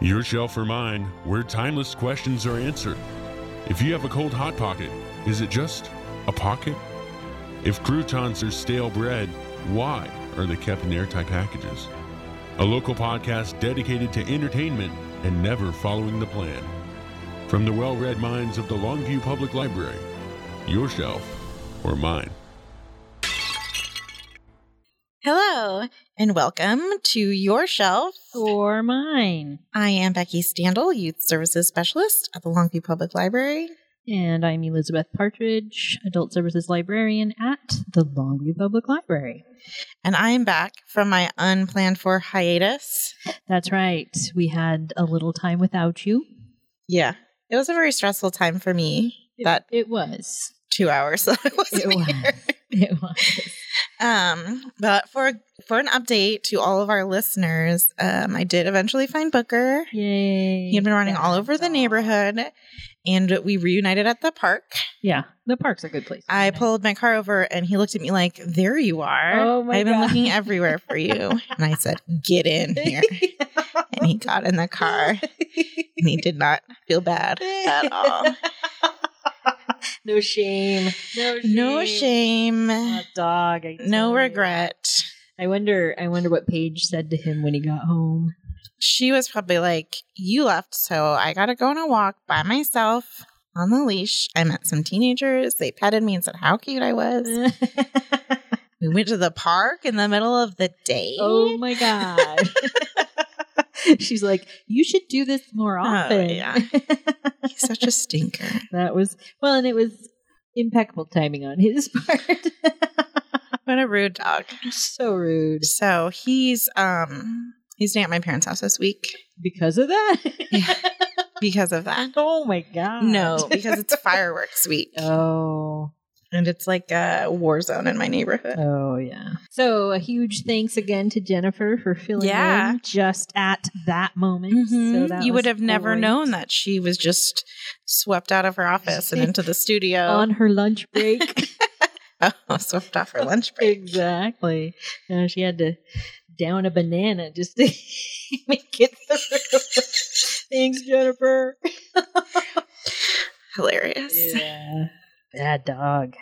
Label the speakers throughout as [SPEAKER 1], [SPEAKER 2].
[SPEAKER 1] Your shelf or mine, where timeless questions are answered. If you have a cold hot pocket, is it just a pocket? If croutons are stale bread, why are they kept in airtight packages? A local podcast dedicated to entertainment and never following the plan. From the well read minds of the Longview Public Library, your shelf or mine.
[SPEAKER 2] Hello and welcome to Your Shelf.
[SPEAKER 3] Or mine.
[SPEAKER 2] I am Becky Standel, Youth Services Specialist at the Longview Public Library.
[SPEAKER 3] And I'm Elizabeth Partridge, Adult Services Librarian at the Longview Public Library.
[SPEAKER 2] And I am back from my unplanned for hiatus.
[SPEAKER 3] That's right. We had a little time without you.
[SPEAKER 2] Yeah. It was a very stressful time for me. that
[SPEAKER 3] It was.
[SPEAKER 2] two hours that I
[SPEAKER 3] It
[SPEAKER 2] wasn't
[SPEAKER 3] was.
[SPEAKER 2] here.
[SPEAKER 3] It was.
[SPEAKER 2] Um, but for for an update to all of our listeners, um, I did eventually find Booker.
[SPEAKER 3] Yay.
[SPEAKER 2] He had been running all
[SPEAKER 3] That's
[SPEAKER 2] over the
[SPEAKER 3] awesome.
[SPEAKER 2] neighborhood, and we reunited at the park.
[SPEAKER 3] Yeah. The park's a good place. to
[SPEAKER 2] I
[SPEAKER 3] be.
[SPEAKER 2] pulled my car over, and he looked at me like, "There you are!
[SPEAKER 3] Oh my
[SPEAKER 2] I've been
[SPEAKER 3] God.
[SPEAKER 2] looking everywhere for you." and I said, "Get in here!" and he got in the car, and he did not feel bad at all.
[SPEAKER 3] no shame. No shame.
[SPEAKER 2] No shame,
[SPEAKER 3] Hot dog. I tell
[SPEAKER 2] no
[SPEAKER 3] you.
[SPEAKER 2] regret.
[SPEAKER 3] I wonder I wonder what Paige said to him when he got home.
[SPEAKER 2] she was probably like, You left, so I gotta go on a walk by myself on the leash. I met some teenagers. They petted me and said how cute I was. We went to the park in the middle of the day.
[SPEAKER 3] Oh my god. She's like, you should do this more often.
[SPEAKER 2] yeah. He's such a stinker.
[SPEAKER 3] that was well, and it was impeccable timing on his part.
[SPEAKER 2] What a rude dog.
[SPEAKER 3] so rude
[SPEAKER 2] So he's um he's staying at my parents' house this week
[SPEAKER 3] because of that.
[SPEAKER 2] because of that.
[SPEAKER 3] oh my god.
[SPEAKER 2] No, because it's fireworks week.
[SPEAKER 3] oh.
[SPEAKER 2] And it's like a war zone in my neighborhood.
[SPEAKER 3] Oh yeah. So a huge thanks again to Jennifer for filling
[SPEAKER 2] Yeah.
[SPEAKER 3] in just at that moment. So
[SPEAKER 2] Mhm.
[SPEAKER 3] that
[SPEAKER 2] you would
[SPEAKER 3] was
[SPEAKER 2] have never
[SPEAKER 3] great.
[SPEAKER 2] known that she was just swept out of her office and into the studio.
[SPEAKER 3] on her lunch break.
[SPEAKER 2] oh, swept off her lunch break.
[SPEAKER 3] Exactly. Now she had to down a banana just to make it through. Thanks, Jennifer.
[SPEAKER 2] Hilarious.
[SPEAKER 3] Yeah. Bad dog.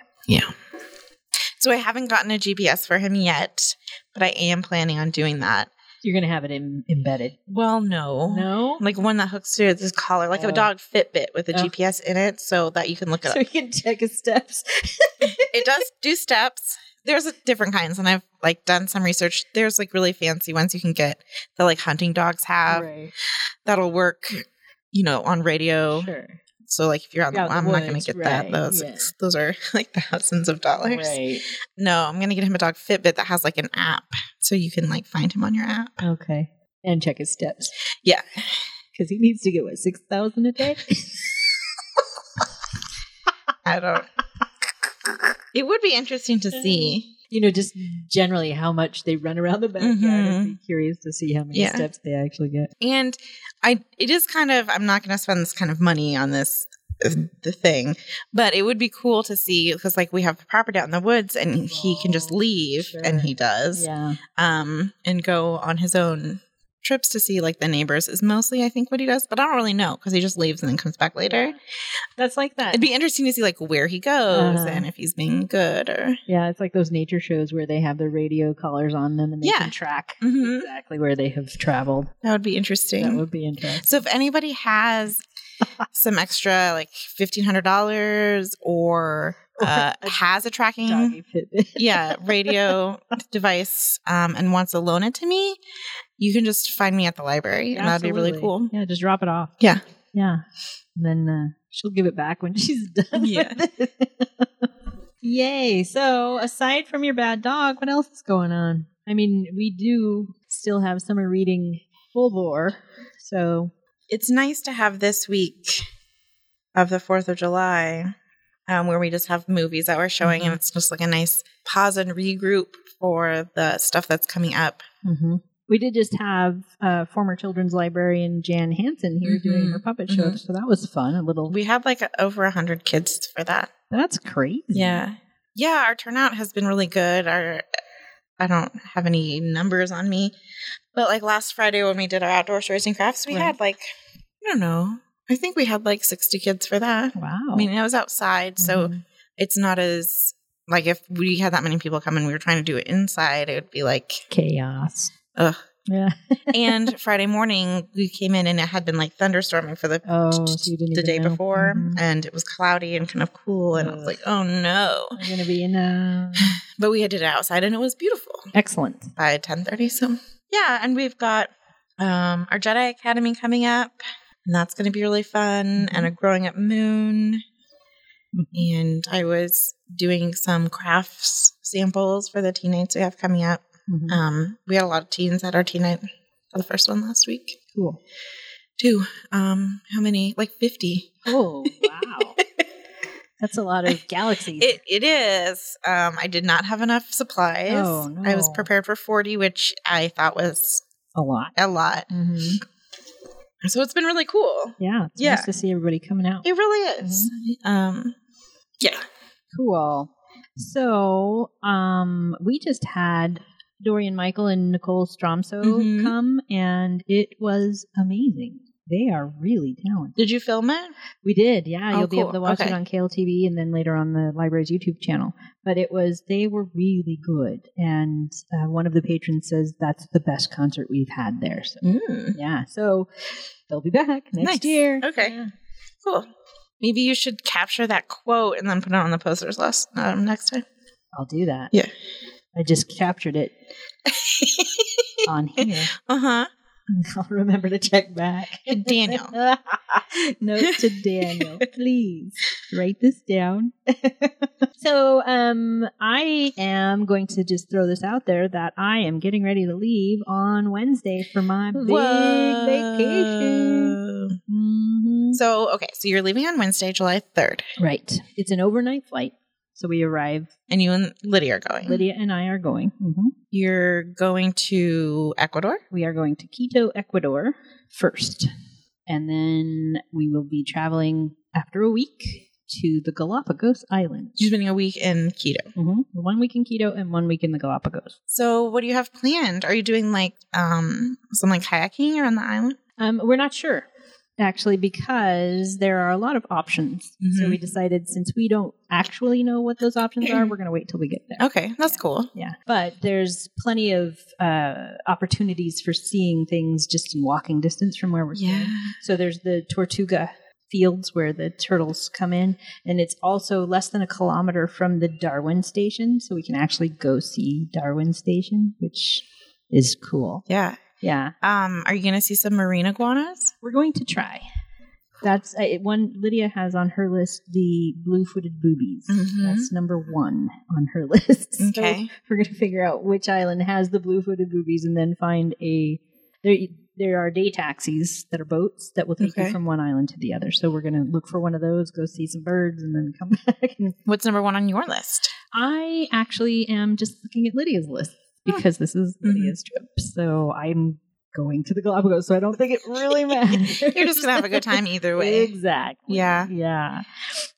[SPEAKER 2] So I haven't gotten a GPS for him yet, but I am planning on doing that.
[SPEAKER 3] You're gonna have it em- embedded.
[SPEAKER 2] Well, no.
[SPEAKER 3] No.
[SPEAKER 2] Like one that hooks to his collar, like
[SPEAKER 3] Oh.
[SPEAKER 2] a dog Fitbit with a
[SPEAKER 3] Oh.
[SPEAKER 2] GPS in it, so that you can look it
[SPEAKER 3] So
[SPEAKER 2] up.
[SPEAKER 3] you can check his steps.
[SPEAKER 2] it does do steps. There's different kinds, and I've like done some research. There's like really fancy ones you can get that like hunting dogs have
[SPEAKER 3] right.
[SPEAKER 2] that'll work, you know, on radio.
[SPEAKER 3] Sure.
[SPEAKER 2] So like if you're on the,
[SPEAKER 3] Out in
[SPEAKER 2] I'm
[SPEAKER 3] the
[SPEAKER 2] not gonna
[SPEAKER 3] woods,
[SPEAKER 2] get
[SPEAKER 3] right,
[SPEAKER 2] that. Those
[SPEAKER 3] yeah.
[SPEAKER 2] those are like thousands of dollars.
[SPEAKER 3] Right.
[SPEAKER 2] No, I'm gonna get him a dog Fitbit that has like an app, so you can like find him on your app.
[SPEAKER 3] Okay. And check his steps.
[SPEAKER 2] Yeah.
[SPEAKER 3] Because he needs to get what six thousand a day.
[SPEAKER 2] I don't. it would be interesting to see.
[SPEAKER 3] you know, just generally how much they run around the backyard. I'd be curious to see how many
[SPEAKER 2] Mm-hmm. Yeah.
[SPEAKER 3] steps they actually get.
[SPEAKER 2] And I, it is kind of. I'm not gonna spend this kind of money on this the thing, but it would be cool to see because like we have the property out in the woods, and he can just
[SPEAKER 3] Oh,
[SPEAKER 2] leave,
[SPEAKER 3] sure.
[SPEAKER 2] and he does.
[SPEAKER 3] Yeah.
[SPEAKER 2] um, and go on his own trips to see like the neighbors is mostly I think what he does, but I don't really know because he just leaves and then comes back later.
[SPEAKER 3] That's like that.
[SPEAKER 2] It'd be interesting to see like where he goes
[SPEAKER 3] Uh-huh.
[SPEAKER 2] and if he's being good or
[SPEAKER 3] Yeah, it's like those nature shows where they have the radio collars on them and they
[SPEAKER 2] Yeah.
[SPEAKER 3] can track
[SPEAKER 2] Mhm.
[SPEAKER 3] exactly where they have traveled.
[SPEAKER 2] that would be
[SPEAKER 3] That
[SPEAKER 2] interesting.
[SPEAKER 3] would be interesting.
[SPEAKER 2] so if anybody has some extra like fifteen hundred dollars or uh,
[SPEAKER 3] Or a
[SPEAKER 2] has a tracking
[SPEAKER 3] Doggy Fitbit.
[SPEAKER 2] yeah radio device um, and wants to loan it to me, you can just find me at the library and that'd be really
[SPEAKER 3] Absolutely.
[SPEAKER 2] cool.
[SPEAKER 3] Yeah, just drop it off.
[SPEAKER 2] Yeah.
[SPEAKER 3] Yeah. And then uh, she'll give it back when she's done.
[SPEAKER 2] Yeah.
[SPEAKER 3] With it. Yay. So, aside from your bad dog, what else is going on? I mean, we do still have summer reading full bore. So,
[SPEAKER 2] it's nice to have this week of the Fourth of July, um, where we just have movies that we're showing, and it's just like a nice pause and regroup for the stuff that's coming up.
[SPEAKER 3] Mm-hmm. We did just have uh, former children's librarian Jan Hansen here doing her puppet show, so that was fun. A little.
[SPEAKER 2] We had like over a hundred kids for that.
[SPEAKER 3] That's crazy.
[SPEAKER 2] yeah, our turnout has been really good. Our I don't have any numbers on me, but like last Friday when we did our outdoor shows and crafts, we
[SPEAKER 3] Right.
[SPEAKER 2] had like, I don't know, I think we had like 60 kids for that.
[SPEAKER 3] Wow.
[SPEAKER 2] I mean, it was outside, so
[SPEAKER 3] Mhm.
[SPEAKER 2] it's not as like if we had that many people come and we were trying to do it inside, it would be like,
[SPEAKER 3] chaos.
[SPEAKER 2] ugh.
[SPEAKER 3] Yeah.
[SPEAKER 2] and Friday morning, we came in and it had been like thunderstorming for the
[SPEAKER 3] Oh, so you didn't
[SPEAKER 2] the
[SPEAKER 3] even
[SPEAKER 2] day
[SPEAKER 3] know.
[SPEAKER 2] before,
[SPEAKER 3] Mhm.
[SPEAKER 2] and it was cloudy and kind of cool, and I was
[SPEAKER 3] Ugh.
[SPEAKER 2] like, oh no.
[SPEAKER 3] I'm gonna be in a
[SPEAKER 2] But we had it outside, and it was beautiful.
[SPEAKER 3] excellent.
[SPEAKER 2] by 10.30 so yeah and we've got um, our jedi academy coming up and that's going to be really fun and a growing up moon and i was doing some crafts samples for the teen nights we have coming up
[SPEAKER 3] Mhm.
[SPEAKER 2] um, we had a lot of teens at our teen night for the first one last week
[SPEAKER 3] Cool.
[SPEAKER 2] too um, how many like 50
[SPEAKER 3] Oh wow. That's a lot of galaxies.
[SPEAKER 2] It, it is. Um, I did not have enough supplies.
[SPEAKER 3] Oh,
[SPEAKER 2] I was
[SPEAKER 3] no.
[SPEAKER 2] prepared for 40, which I thought was
[SPEAKER 3] a lot.
[SPEAKER 2] a lot.
[SPEAKER 3] Mhm.
[SPEAKER 2] So it's been really cool.
[SPEAKER 3] Yeah. It's
[SPEAKER 2] Yeah.
[SPEAKER 3] Nice to see everybody coming out.
[SPEAKER 2] It really is. Um, yeah.
[SPEAKER 3] Cool. So, um, we just had Dorian Michael and Nicole Stromso
[SPEAKER 2] Mhm.
[SPEAKER 3] come, and it was amazing. They are really talented.
[SPEAKER 2] Did you film it?
[SPEAKER 3] We did, yeah.
[SPEAKER 2] Oh,
[SPEAKER 3] you'll be able
[SPEAKER 2] cool.
[SPEAKER 3] to watch
[SPEAKER 2] Okay.
[SPEAKER 3] it on Kale TV and then later on the library's YouTube channel. But it was they were really good, and uh, one of the patrons says that's the best concert we've had there. So
[SPEAKER 2] Mm.
[SPEAKER 3] yeah, so they'll be back next
[SPEAKER 2] Nice.
[SPEAKER 3] year.
[SPEAKER 2] Okay.
[SPEAKER 3] Yeah.
[SPEAKER 2] Cool. Maybe you should capture that quote and then put it on the posters list um, next time.
[SPEAKER 3] I'll do that.
[SPEAKER 2] Yeah.
[SPEAKER 3] I just captured it on here.
[SPEAKER 2] uh huh.
[SPEAKER 3] I'll remember to check back.
[SPEAKER 2] Daniel.
[SPEAKER 3] Note to Daniel, please write this down. so, um, I am going to just throw this out there that I am getting ready to leave on Wednesday for my big vacation. Mhm.
[SPEAKER 2] So okay, so you're leaving on Wednesday, July 3rd,
[SPEAKER 3] Right, it's an overnight flight, so we arrive.
[SPEAKER 2] and you and Lydia are going.
[SPEAKER 3] Lydia and I are going. Mhm.
[SPEAKER 2] You're going to Ecuador.
[SPEAKER 3] We are going to Quito, Ecuador first. And then we will be traveling after a week to the Galapagos Islands.
[SPEAKER 2] You're spending a week in Quito.
[SPEAKER 3] Mhm. One week in Quito and one week in the Galapagos.
[SPEAKER 2] So what do you have planned? Are you doing like um some like kayaking around the island?
[SPEAKER 3] Um, we're not sure, actually, because there are a lot of options. So
[SPEAKER 2] Mhm.
[SPEAKER 3] we decided since we don't actually know what those options are, we're going to wait till we get there.
[SPEAKER 2] Okay, that's
[SPEAKER 3] Yeah.
[SPEAKER 2] cool.
[SPEAKER 3] Yeah, but there's plenty of uh, opportunities for seeing things just in walking distance from where we're staying. So there's the Tortuga fields where the turtles come in, and it's also less than a kilometer from the Darwin station, so we can actually go see Darwin station, which is cool.
[SPEAKER 2] Yeah.
[SPEAKER 3] Yeah,
[SPEAKER 2] Um, are you going to see some marine iguanas?
[SPEAKER 3] we're going to try. That's uh, it- one Lydia has on her list the blue-footed boobies.
[SPEAKER 2] Mhm.
[SPEAKER 3] That's number one on her list. So
[SPEAKER 2] Okay.
[SPEAKER 3] we're going to figure out which island has the blue-footed boobies, and then find a. There, there are day taxis that are boats that will take
[SPEAKER 2] Okay.
[SPEAKER 3] you from one island to the other. So we're going to look for one of those, go see some birds, and then come back. And
[SPEAKER 2] What's number one on your list?
[SPEAKER 3] I actually am just looking at Lydia's list because this is
[SPEAKER 2] Mhm.
[SPEAKER 3] Lydia's trip. So I'm going to the Galapagos. So I don't think it really matters.
[SPEAKER 2] You're just going to have a good time either way.
[SPEAKER 3] Exactly.
[SPEAKER 2] Yeah.
[SPEAKER 3] Yeah.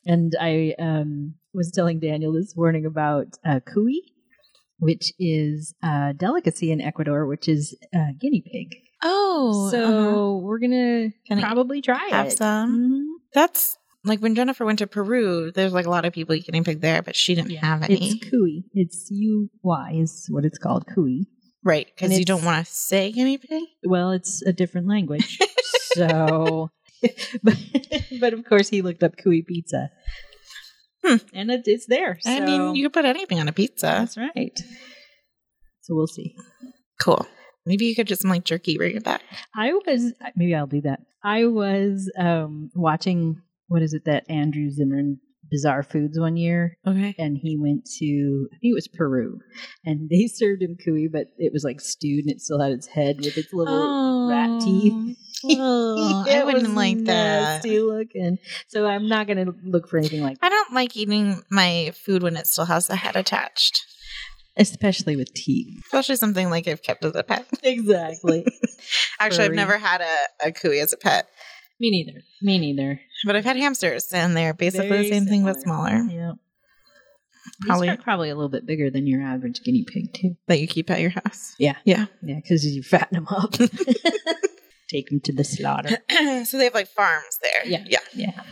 [SPEAKER 3] And I um, was telling Daniel this morning about uh, cuy, which is a delicacy in Ecuador, which is uh, guinea pig.
[SPEAKER 2] Oh, uh-huh.
[SPEAKER 3] so we're gonna
[SPEAKER 2] Can I
[SPEAKER 3] probably try
[SPEAKER 2] have
[SPEAKER 3] it.
[SPEAKER 2] some?
[SPEAKER 3] Mhm.
[SPEAKER 2] That's like when Jennifer went to Peru, there's like a lot of people eat guinea pig there, but she didn't
[SPEAKER 3] Yeah.
[SPEAKER 2] have any.
[SPEAKER 3] It's cuy. It's U Y is what it's called. Cuy.
[SPEAKER 2] right. Because
[SPEAKER 3] and
[SPEAKER 2] you
[SPEAKER 3] it's-
[SPEAKER 2] don't want to say guinea pig.
[SPEAKER 3] Well, it's a different language. so, but, but of course, he looked up cuy pizza,
[SPEAKER 2] Hmm.
[SPEAKER 3] and it, it's there.
[SPEAKER 2] I
[SPEAKER 3] so-
[SPEAKER 2] mean, you could put anything on a pizza.
[SPEAKER 3] That's right. So we'll see.
[SPEAKER 2] Cool. Maybe you could just like jerky bring it back.
[SPEAKER 3] I was maybe I'll do that. I was um watching what is it that Andrew Zimmern Bizarre Foods one year
[SPEAKER 2] Okay.
[SPEAKER 3] and he went to I think it was Peru and they served him cuy but it was like stewed and it still had its head with its little rat teeth.
[SPEAKER 2] Oh, I
[SPEAKER 3] It
[SPEAKER 2] wouldn't
[SPEAKER 3] was
[SPEAKER 2] like that.
[SPEAKER 3] nasty looking. So I'm not gonna look for anything like that.
[SPEAKER 2] I don't like eating my food when it still has the head attached,
[SPEAKER 3] Especially with teeth.
[SPEAKER 2] especially something like I've kept as a pet.
[SPEAKER 3] Exactly.
[SPEAKER 2] Actually, I've
[SPEAKER 3] Furry.
[SPEAKER 2] never had a, a cooey as a pet,
[SPEAKER 3] Me neither. Me neither.
[SPEAKER 2] but I've had hamsters, and they're basically
[SPEAKER 3] Very
[SPEAKER 2] the same thing but
[SPEAKER 3] similar.
[SPEAKER 2] smaller.
[SPEAKER 3] Yeah. These
[SPEAKER 2] Probably-
[SPEAKER 3] are probably a little bit bigger than your average guinea pig too.
[SPEAKER 2] that you keep at your house.
[SPEAKER 3] Yeah.
[SPEAKER 2] Yeah.
[SPEAKER 3] Yeah, because you fatten them up, take them to the slaughter.
[SPEAKER 2] so they have like farms there.
[SPEAKER 3] Yeah.
[SPEAKER 2] Yeah.
[SPEAKER 3] Yeah,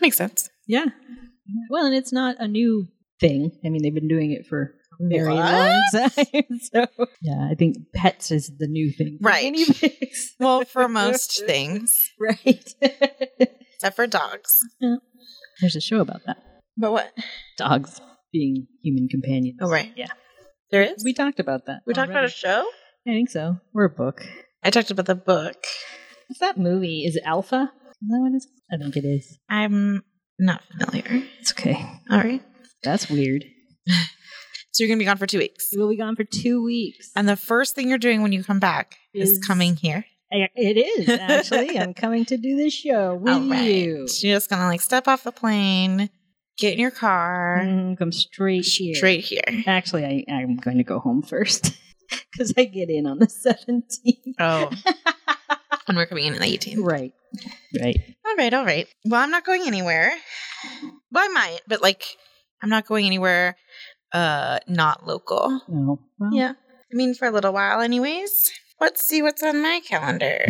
[SPEAKER 2] Makes sense.
[SPEAKER 3] yeah. Well, and it's not a new thing. I mean, they've been doing it for a very long time. So yeah, I think pets is the new thing. for
[SPEAKER 2] Right.
[SPEAKER 3] guinea pigs.
[SPEAKER 2] Well, for most things,
[SPEAKER 3] right.
[SPEAKER 2] except for dogs.
[SPEAKER 3] There's a show about that.
[SPEAKER 2] But what?
[SPEAKER 3] Dogs being human companions.
[SPEAKER 2] Oh, right.
[SPEAKER 3] Yeah.
[SPEAKER 2] There is?
[SPEAKER 3] We talked about that.
[SPEAKER 2] we talked about a
[SPEAKER 3] already.
[SPEAKER 2] show?
[SPEAKER 3] I think so. Or a book.
[SPEAKER 2] I talked about the book.
[SPEAKER 3] What's that movie? Is it Alpha? Is that what it is? I think it is.
[SPEAKER 2] I'm not familiar.
[SPEAKER 3] It's okay.
[SPEAKER 2] All right.
[SPEAKER 3] That's weird.
[SPEAKER 2] So you're going to be gone for two weeks.
[SPEAKER 3] We'll be gone for two weeks.
[SPEAKER 2] And the first thing you're doing when you come back is,
[SPEAKER 3] Is-
[SPEAKER 2] coming here.
[SPEAKER 3] I- it is, actually. I'm coming to do this show with
[SPEAKER 2] All right.
[SPEAKER 3] you.
[SPEAKER 2] You're just going to like step off the plane, get in your car,
[SPEAKER 3] Mm, Come straight here.
[SPEAKER 2] straight here.
[SPEAKER 3] Actually, I, I'm going to go home first because I get in on the 17th.
[SPEAKER 2] Oh. and we're coming in at the 18th.
[SPEAKER 3] right. Right.
[SPEAKER 2] All right, all right. Well, I'm not going anywhere. Well, I might, but like, I'm not going anywhere uh not local.
[SPEAKER 3] No. Oh, Well,
[SPEAKER 2] Yeah. I mean, for a little while, anyways. Let's see what's on my calendar.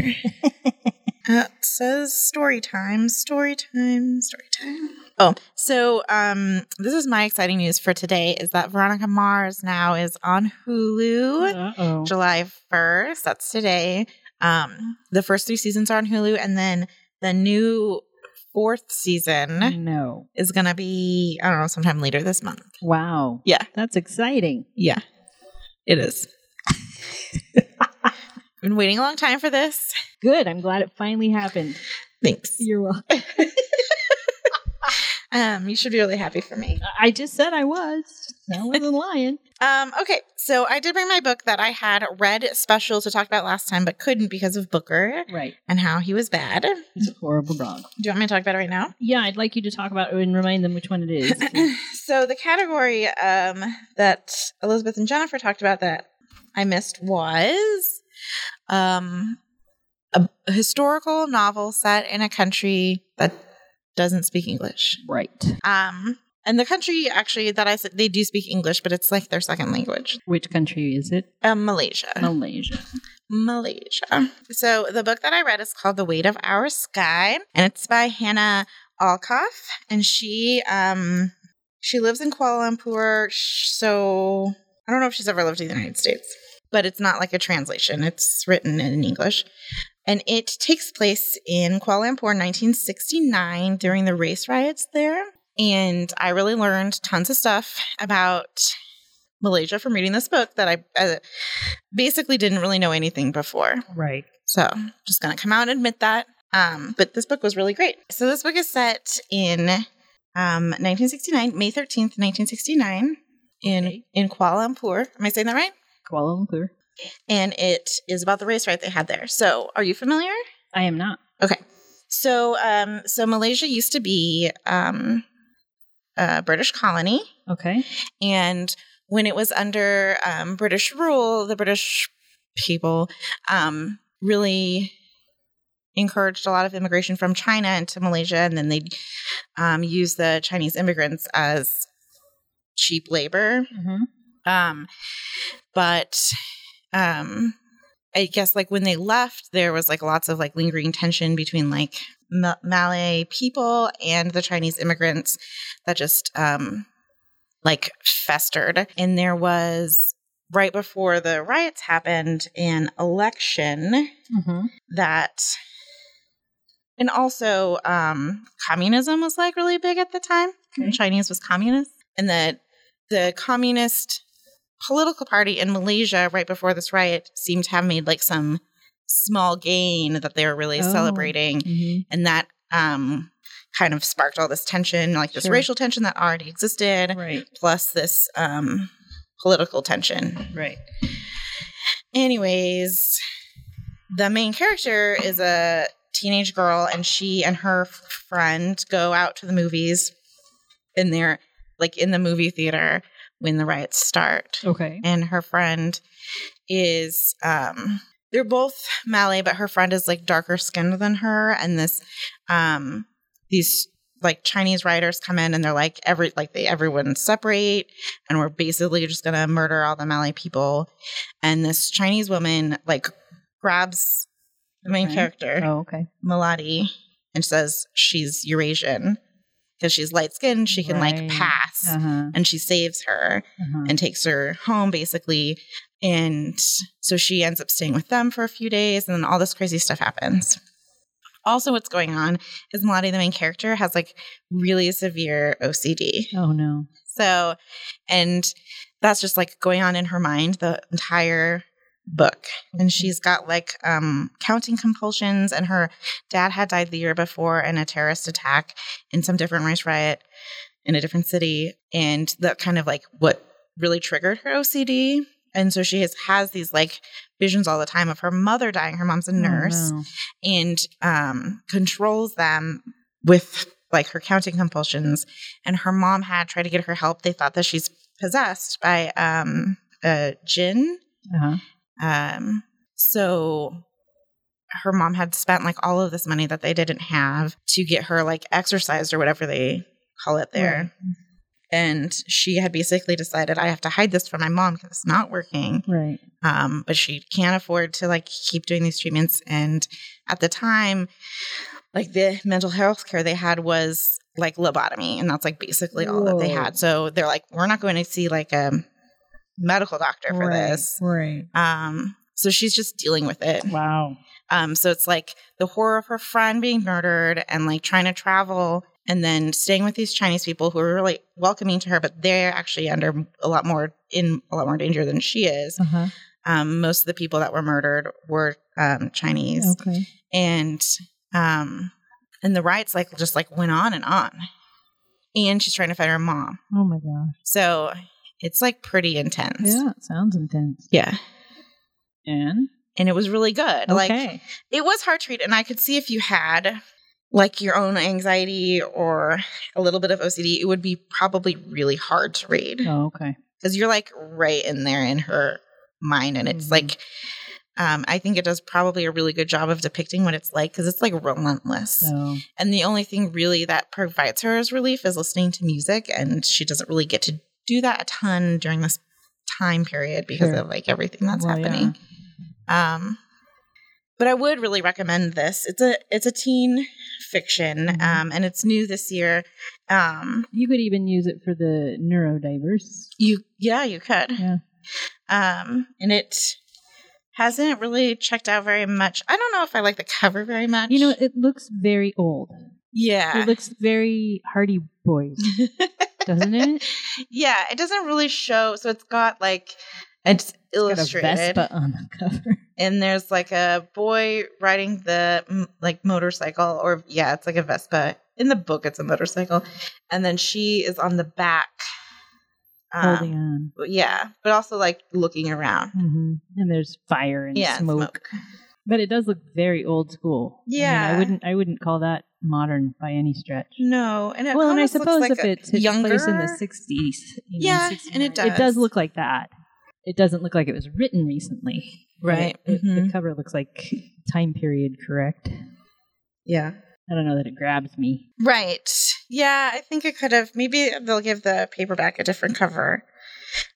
[SPEAKER 2] uh, it says story time, story time, story time. Oh, so um, this is my exciting news for today is that Veronica Mars now is on Hulu.
[SPEAKER 3] Uh-oh.
[SPEAKER 2] July 1st. That's today. Um, the first three seasons are on Hulu, and then the new fourth
[SPEAKER 3] Mm.
[SPEAKER 2] season
[SPEAKER 3] No.
[SPEAKER 2] is going to be, I don't know, sometime later this month.
[SPEAKER 3] Wow.
[SPEAKER 2] Yeah.
[SPEAKER 3] That's exciting.
[SPEAKER 2] Yeah, it is. Been waiting a long time for this.
[SPEAKER 3] Good. I'm glad it finally happened.
[SPEAKER 2] Thanks.
[SPEAKER 3] You're welcome.
[SPEAKER 2] Um, you should be really happy for me.
[SPEAKER 3] I just said I was. I wasn't lying.
[SPEAKER 2] Um, okay, so I did bring my book that I had read special to talk about last time, but couldn't because of Booker
[SPEAKER 3] Right.
[SPEAKER 2] and how he was bad. Do
[SPEAKER 3] It's a horrible dog.
[SPEAKER 2] you want me to talk about it right now?
[SPEAKER 3] Yeah, I'd like you to talk about and remind them which one it is.
[SPEAKER 2] so the category um, that Elizabeth and Jennifer talked about that I missed was um, a historical novel set in a country that doesn't speak English.
[SPEAKER 3] right.
[SPEAKER 2] Um, and the country actually that I said they do speak English, but it's like their second language.
[SPEAKER 3] Which country is it?
[SPEAKER 2] Um, Malaysia.
[SPEAKER 3] Malaysia.
[SPEAKER 2] Malaysia. So the book that I read is called The Weight of Our Sky, and it's by Hannah Alkoff, and she um she lives in Kuala Lumpur. sh- So I don't know if she's ever lived in the United States, but it's not like a translation. It's written in English. And it takes place in Kuala Lumpur 1969 during the race riots there. And I really learned tons of stuff about Malaysia from reading this book that I uh, basically didn't really know anything before.
[SPEAKER 3] Right.
[SPEAKER 2] So just gonna come out and admit that. Um, but this book was really great. So this book is set in um, 1969, May 13th, 1969, in
[SPEAKER 3] Okay.
[SPEAKER 2] in Kuala Lumpur. Am I saying that right?
[SPEAKER 3] Kuala Lumpur.
[SPEAKER 2] And it is about the race riot they had there. So are you familiar?
[SPEAKER 3] I am not.
[SPEAKER 2] So um, so Malaysia used to be um, a British colony.
[SPEAKER 3] Okay.
[SPEAKER 2] And when it was under um, British rule, the British people um, really encouraged a lot of immigration from China into Malaysia, and then they um, used the Chinese immigrants as cheap labor.
[SPEAKER 3] Mm-hmm.
[SPEAKER 2] Um, but um, I guess like when they left, there was like lots of like lingering tension between like Ma- Malay people and the Chinese immigrants that just um, like festered. And there was right before the riots happened an election
[SPEAKER 3] Mm-hmm.
[SPEAKER 2] that. And also, um, communism was like really big at the time.
[SPEAKER 3] Okay.
[SPEAKER 2] And Chinese was communist, and that the communist political party in Malaysia right before this riot seemed to have made like some small gain that they were really
[SPEAKER 3] Oh.
[SPEAKER 2] celebrating,
[SPEAKER 3] Mm-hmm.
[SPEAKER 2] and that um, kind of sparked all this tension, like this
[SPEAKER 3] Sure.
[SPEAKER 2] racial tension that already existed,
[SPEAKER 3] Right.
[SPEAKER 2] plus this um, political tension.
[SPEAKER 3] Right.
[SPEAKER 2] Anyways, the main character is a teenage girl, and she and her f- friend go out to the movies, and they're like in the movie theater when the riots start.
[SPEAKER 3] Okay.
[SPEAKER 2] And her friend is, um, they're both Malay, but her friend is like darker skinned than her, and this, um, these like Chinese writers come in and they're like every like they everyone separate and we're basically just gonna murder all the Malay people. And this Chinese woman like grabs the main
[SPEAKER 3] Okay.
[SPEAKER 2] character,
[SPEAKER 3] Oh, okay.
[SPEAKER 2] Melody, and says she's Eurasian because she's light skinned, she can
[SPEAKER 3] Right.
[SPEAKER 2] like pass.
[SPEAKER 3] Uh-huh.
[SPEAKER 2] And she saves her
[SPEAKER 3] uh-huh.
[SPEAKER 2] and takes her home basically. And so she ends up staying with them for a few days, and then all this crazy stuff happens. Also, what's going on is Melody, the main character, has like really severe OCD.
[SPEAKER 3] oh no.
[SPEAKER 2] So, and that's just like going on in her mind the entire book. And she's got like um, counting compulsions, and her dad had died the year before in a terrorist attack in some different race riot in a different city. And that kind of like what really triggered her OCD. And so she has, has these like visions all the time of her mother dying. Her mom's a
[SPEAKER 3] Oh,
[SPEAKER 2] nurse
[SPEAKER 3] no.
[SPEAKER 2] and um, controls them with like her counting compulsions. And her mom had tried to get her help. They thought that she's possessed by um, a jinn.
[SPEAKER 3] Uh-huh.
[SPEAKER 2] Um, so her mom had spent like all of this money that they didn't have to get her like exercised or whatever they call it there. And she had basically decided, I have to hide this from my mom because it's not working
[SPEAKER 3] Right.
[SPEAKER 2] um, but she can't afford to like keep doing these treatments. And at the time, like the mental health care they had was like lobotomy, and that's like basically all that they
[SPEAKER 3] Whoa.
[SPEAKER 2] had. So they're like, we're not going to see like a medical doctor for
[SPEAKER 3] right.
[SPEAKER 2] this.
[SPEAKER 3] Right.
[SPEAKER 2] Um, so she's just dealing with it.
[SPEAKER 3] Wow.
[SPEAKER 2] Um, so it's like the horror of her friend being murdered and like trying to travel and then staying with these Chinese people who are really welcoming to her, but they're actually under a lot more in a lot more danger than she is
[SPEAKER 3] Uh-huh.
[SPEAKER 2] um, most of the people that were murdered were um, Chinese,
[SPEAKER 3] Okay.
[SPEAKER 2] and um, and the riots like just like went on and on, and she's trying to find her mom.
[SPEAKER 3] Oh my gosh.
[SPEAKER 2] So it's like pretty intense.
[SPEAKER 3] Yeah, it sounds intense.
[SPEAKER 2] Yeah.
[SPEAKER 3] And
[SPEAKER 2] And it was really good. Like
[SPEAKER 3] okay.
[SPEAKER 2] it was hard to read, and I could see if you had like your own anxiety or a little bit of OCD, it would be probably really hard to read.
[SPEAKER 3] Oh, okay.
[SPEAKER 2] because you're like right in there in her mind and it's
[SPEAKER 3] Mhm.
[SPEAKER 2] like um, i think it does probably a really good job of depicting what it's like because it's like relentless
[SPEAKER 3] So
[SPEAKER 2] and the only thing really that provides her as relief is listening to music and she doesn't really get to do that a ton during this time period because
[SPEAKER 3] Sure.
[SPEAKER 2] of like everything that's
[SPEAKER 3] Well, yeah.
[SPEAKER 2] happening um but i would really recommend this it's a it's a teen fiction
[SPEAKER 3] Mhm.
[SPEAKER 2] um and it's new this year um
[SPEAKER 3] you could even use it for the neurodiverse.
[SPEAKER 2] You yeah, you could.
[SPEAKER 3] Yeah.
[SPEAKER 2] Um, and it hasn't really checked out very much. I don't know if I like the cover very much.
[SPEAKER 3] You know, it looks very old. It
[SPEAKER 2] yeah,
[SPEAKER 3] looks very Hardy Boys, doesn't it?
[SPEAKER 2] yeah. It doesn't really show. So it's got like it's
[SPEAKER 3] It's got a
[SPEAKER 2] illustrated,
[SPEAKER 3] Vespa on the cover.
[SPEAKER 2] and there's like a boy riding the mm, like motorcycle, or yeah, it's like a Vespa. In the book, it's a motorcycle, and then she is on the back. um,
[SPEAKER 3] Holding on.
[SPEAKER 2] yeah, but also like looking around.
[SPEAKER 3] hmm And there's fire and
[SPEAKER 2] yeah,
[SPEAKER 3] smoke. But it does look very old school. I mean, I,
[SPEAKER 2] Yeah.
[SPEAKER 3] wouldn't I wouldn't call that modern by any stretch.
[SPEAKER 2] No, and it
[SPEAKER 3] well, and I
[SPEAKER 2] almost looks
[SPEAKER 3] suppose
[SPEAKER 2] like
[SPEAKER 3] if
[SPEAKER 2] a
[SPEAKER 3] it took
[SPEAKER 2] younger,
[SPEAKER 3] place in the sixties,
[SPEAKER 2] Yeah, and it
[SPEAKER 3] It does
[SPEAKER 2] does.
[SPEAKER 3] look like that. It doesn't look like it was written recently, but
[SPEAKER 2] Right,
[SPEAKER 3] it- it- The
[SPEAKER 2] mhm.
[SPEAKER 3] cover looks like time period correct.
[SPEAKER 2] yeah,
[SPEAKER 3] I don't know that it grabs me.
[SPEAKER 2] right, yeah. I think it could have. Maybe they'll give the paperback a different cover.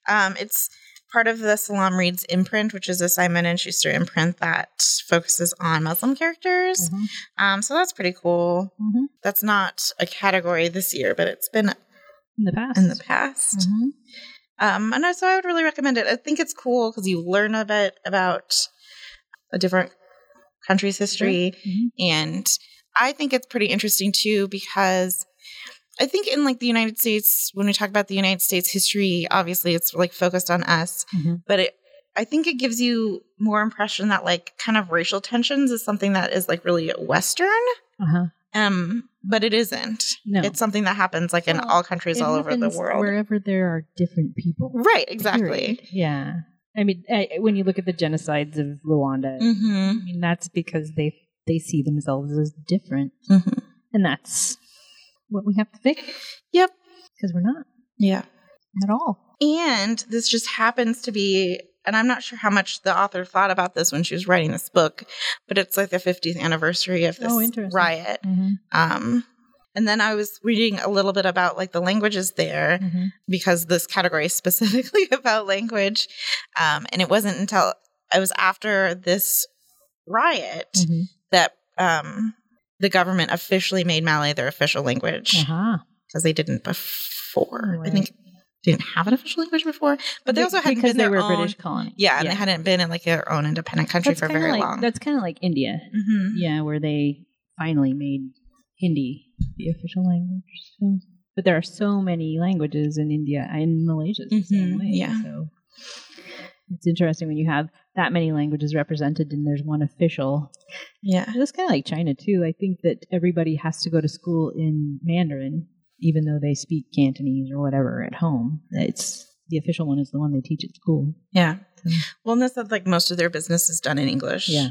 [SPEAKER 2] Um, it's part of the Salam Reads imprint, which is a Simon and Schuster imprint that focuses on Muslim characters.
[SPEAKER 3] Mm-hmm.
[SPEAKER 2] Um, so that's pretty cool.
[SPEAKER 3] Mhm.
[SPEAKER 2] That's not a category this year, but it's been
[SPEAKER 3] In the past,
[SPEAKER 2] in the past.
[SPEAKER 3] Mhm.
[SPEAKER 2] Um, and I- so I would really recommend it. I think it's cool because you learn a bit about a different country's history.
[SPEAKER 3] Mhm.
[SPEAKER 2] And I think it's pretty interesting too because I think in like the United States, when we talk about the United States history, obviously it's like focused on us,
[SPEAKER 3] Mhm.
[SPEAKER 2] but it I think it gives you more impression that like kind of racial tensions is something that is like really Western.
[SPEAKER 3] Uh-huh.
[SPEAKER 2] Um, but it isn't.
[SPEAKER 3] No.
[SPEAKER 2] It's something that happens like in
[SPEAKER 3] Well,
[SPEAKER 2] all countries
[SPEAKER 3] It
[SPEAKER 2] all over the
[SPEAKER 3] happens
[SPEAKER 2] world.
[SPEAKER 3] wherever there are different people.
[SPEAKER 2] right, exactly.
[SPEAKER 3] period. Yeah, I mean, I, when you look at the genocides of Rwanda,
[SPEAKER 2] Mm-hmm.
[SPEAKER 3] I mean, that's because they they see themselves as different,
[SPEAKER 2] Mhm.
[SPEAKER 3] and that's what we have to fix
[SPEAKER 2] Yep.
[SPEAKER 3] because we're not
[SPEAKER 2] Yeah.
[SPEAKER 3] at all.
[SPEAKER 2] And this just happens to be, and I'm not sure how much the author thought about this when she was writing this book, but it's like the 50th anniversary of this Mm-hmm.
[SPEAKER 3] Oh, interesting.
[SPEAKER 2] riot. Um, And then I was reading a little bit about like the languages there because this category is specifically about language. Um, and it wasn't until it was after this riot
[SPEAKER 3] Mhm.
[SPEAKER 2] that um, the government officially made Malay their official language because
[SPEAKER 3] Uh-huh.
[SPEAKER 2] they didn't before. I
[SPEAKER 3] Right.
[SPEAKER 2] think they didn't have an official language before, but they also hadn't
[SPEAKER 3] because
[SPEAKER 2] been
[SPEAKER 3] they
[SPEAKER 2] their
[SPEAKER 3] were a
[SPEAKER 2] own,
[SPEAKER 3] British colony.
[SPEAKER 2] Yeah, and they hadn't been in like their own independent country for
[SPEAKER 3] kinda
[SPEAKER 2] very
[SPEAKER 3] like,
[SPEAKER 2] long.
[SPEAKER 3] That's kind of like India.
[SPEAKER 2] Mhm.
[SPEAKER 3] Yeah, where they finally made Hindi the official language. So, but there are so many languages in India and Malaysia it's the same
[SPEAKER 2] Mhm,
[SPEAKER 3] way.
[SPEAKER 2] yeah.
[SPEAKER 3] So it's interesting when you have that many languages represented and there's one official.
[SPEAKER 2] Yeah.
[SPEAKER 3] That's kind of like China too. I think that everybody has to go to school in Mandarin, even though they speak Cantonese or whatever at home. It's the official one is the one they teach at school.
[SPEAKER 2] Yeah.
[SPEAKER 3] Mm.
[SPEAKER 2] Well, and they said like most of their business is done in English.
[SPEAKER 3] Yeah.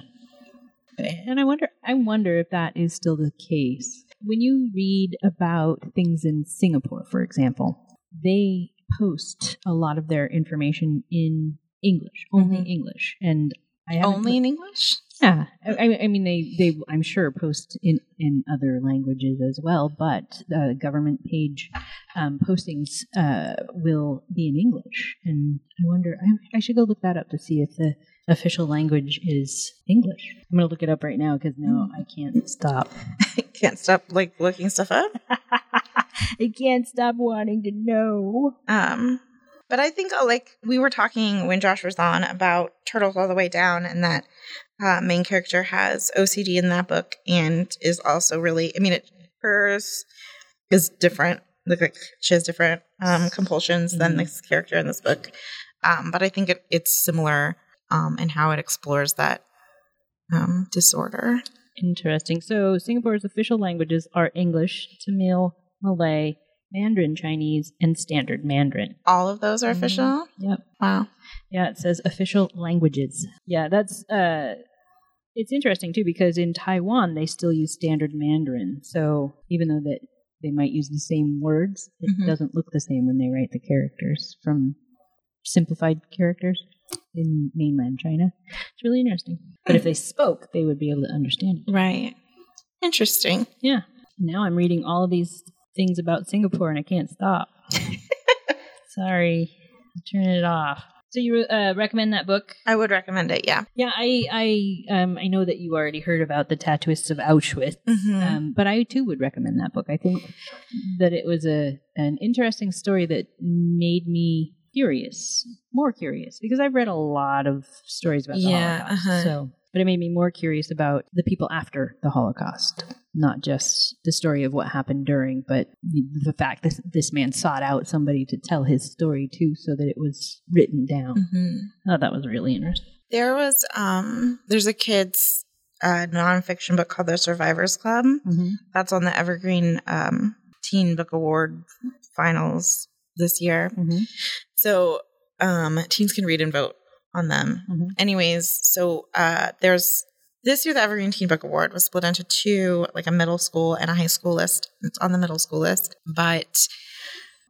[SPEAKER 3] And I wonder I wonder if that is still the case. When you read about things in Singapore, for example, they post a lot of their information in English, only
[SPEAKER 2] Mhm.
[SPEAKER 3] English. And I haven't-
[SPEAKER 2] Only in English?
[SPEAKER 3] yeah. I, I- I mean, they, they, I'm sure, post in, in other languages as well, but uh, government page um, postings uh, will be in English. And I wonder, I, I should go look that up to see if the official language is English. I'm going to look it up right now because no, I can't stop.
[SPEAKER 2] Can't stop like looking stuff up.
[SPEAKER 3] I can't stop wanting to know.
[SPEAKER 2] Um, but I think uh, like we were talking when Josh was on about Turtles All the Way Down, and that uh, main character has OCD in that book, and is also really. I mean, it hers is different. Like, like she has different um, compulsions than
[SPEAKER 3] Mhm.
[SPEAKER 2] this character in this book. Um, but I think it, it's similar um, in how it explores that um, disorder.
[SPEAKER 3] Interesting. So Singapore's official languages are English, Tamil, Malay, Mandarin Chinese, and Standard Mandarin.
[SPEAKER 2] All of those are official.
[SPEAKER 3] Yep.
[SPEAKER 2] Wow.
[SPEAKER 3] Yeah, it says official languages. Yeah, that's uh it's interesting too because in Taiwan they still use standard Mandarin. So even though that they might use the same words, it
[SPEAKER 2] Mhm.
[SPEAKER 3] doesn't look the same when they write the characters from simplified characters in mainland China. It's really interesting. But if they spoke, they would be able to understand it.
[SPEAKER 2] Right. Interesting.
[SPEAKER 3] Yeah. Now I'm reading all of these things about Singapore and I can't stop. Sorry. Turn it off. So you uh, recommend that book?
[SPEAKER 2] I would recommend it. Yeah.
[SPEAKER 3] Yeah, I I um I know that you already heard about the tattooists of Auschwitz,
[SPEAKER 2] Mhm.
[SPEAKER 3] um, but I too would recommend that book. I think that it was a an interesting story that made me curious, more curious, because I've read a lot of stories about the
[SPEAKER 2] Yeah,
[SPEAKER 3] Holocaust.
[SPEAKER 2] uh-huh.
[SPEAKER 3] So, but it made me more curious about the people after the Holocaust, not just the story of what happened during, but the, the fact that this man sought out somebody to tell his story too, so that it was written down.
[SPEAKER 2] Mhm.
[SPEAKER 3] I thought that was really interesting.
[SPEAKER 2] There was um there's a kids uh nonfiction book called The Survivors Club. That's on the Evergreen um Teen Book Award finals this year.
[SPEAKER 3] Mhm.
[SPEAKER 2] So um teens can read and vote on them.
[SPEAKER 3] Mhm.
[SPEAKER 2] Anyways, so uh there's this year the Evergreen Teen Book Award was split into two, like a middle school and a high school list. It's on the middle school list. But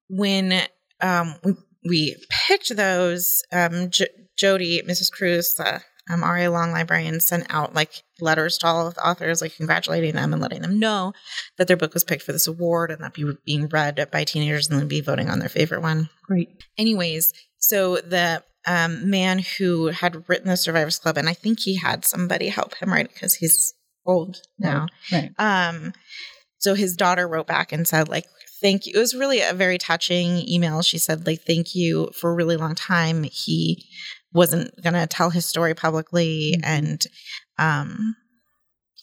[SPEAKER 2] when um we, we picked those, um J- Jody, Mrs. Cruz, the um, RA Long librarian sent out like letters to all of the authors, like congratulating them and letting them know that their book was picked for this award and that be being read by teenagers and then be voting on their favorite one
[SPEAKER 3] Great.
[SPEAKER 2] anyways, so the um, man who had written the Survivors Club, and I think he had somebody help him write because he's old now.
[SPEAKER 3] Right.
[SPEAKER 2] Um, so his daughter wrote back and said, like, thank you. It was really a very touching email. She said, like, thank you for a really long time. He wasn't gonna tell his story publicly,
[SPEAKER 3] Mhm.
[SPEAKER 2] and um,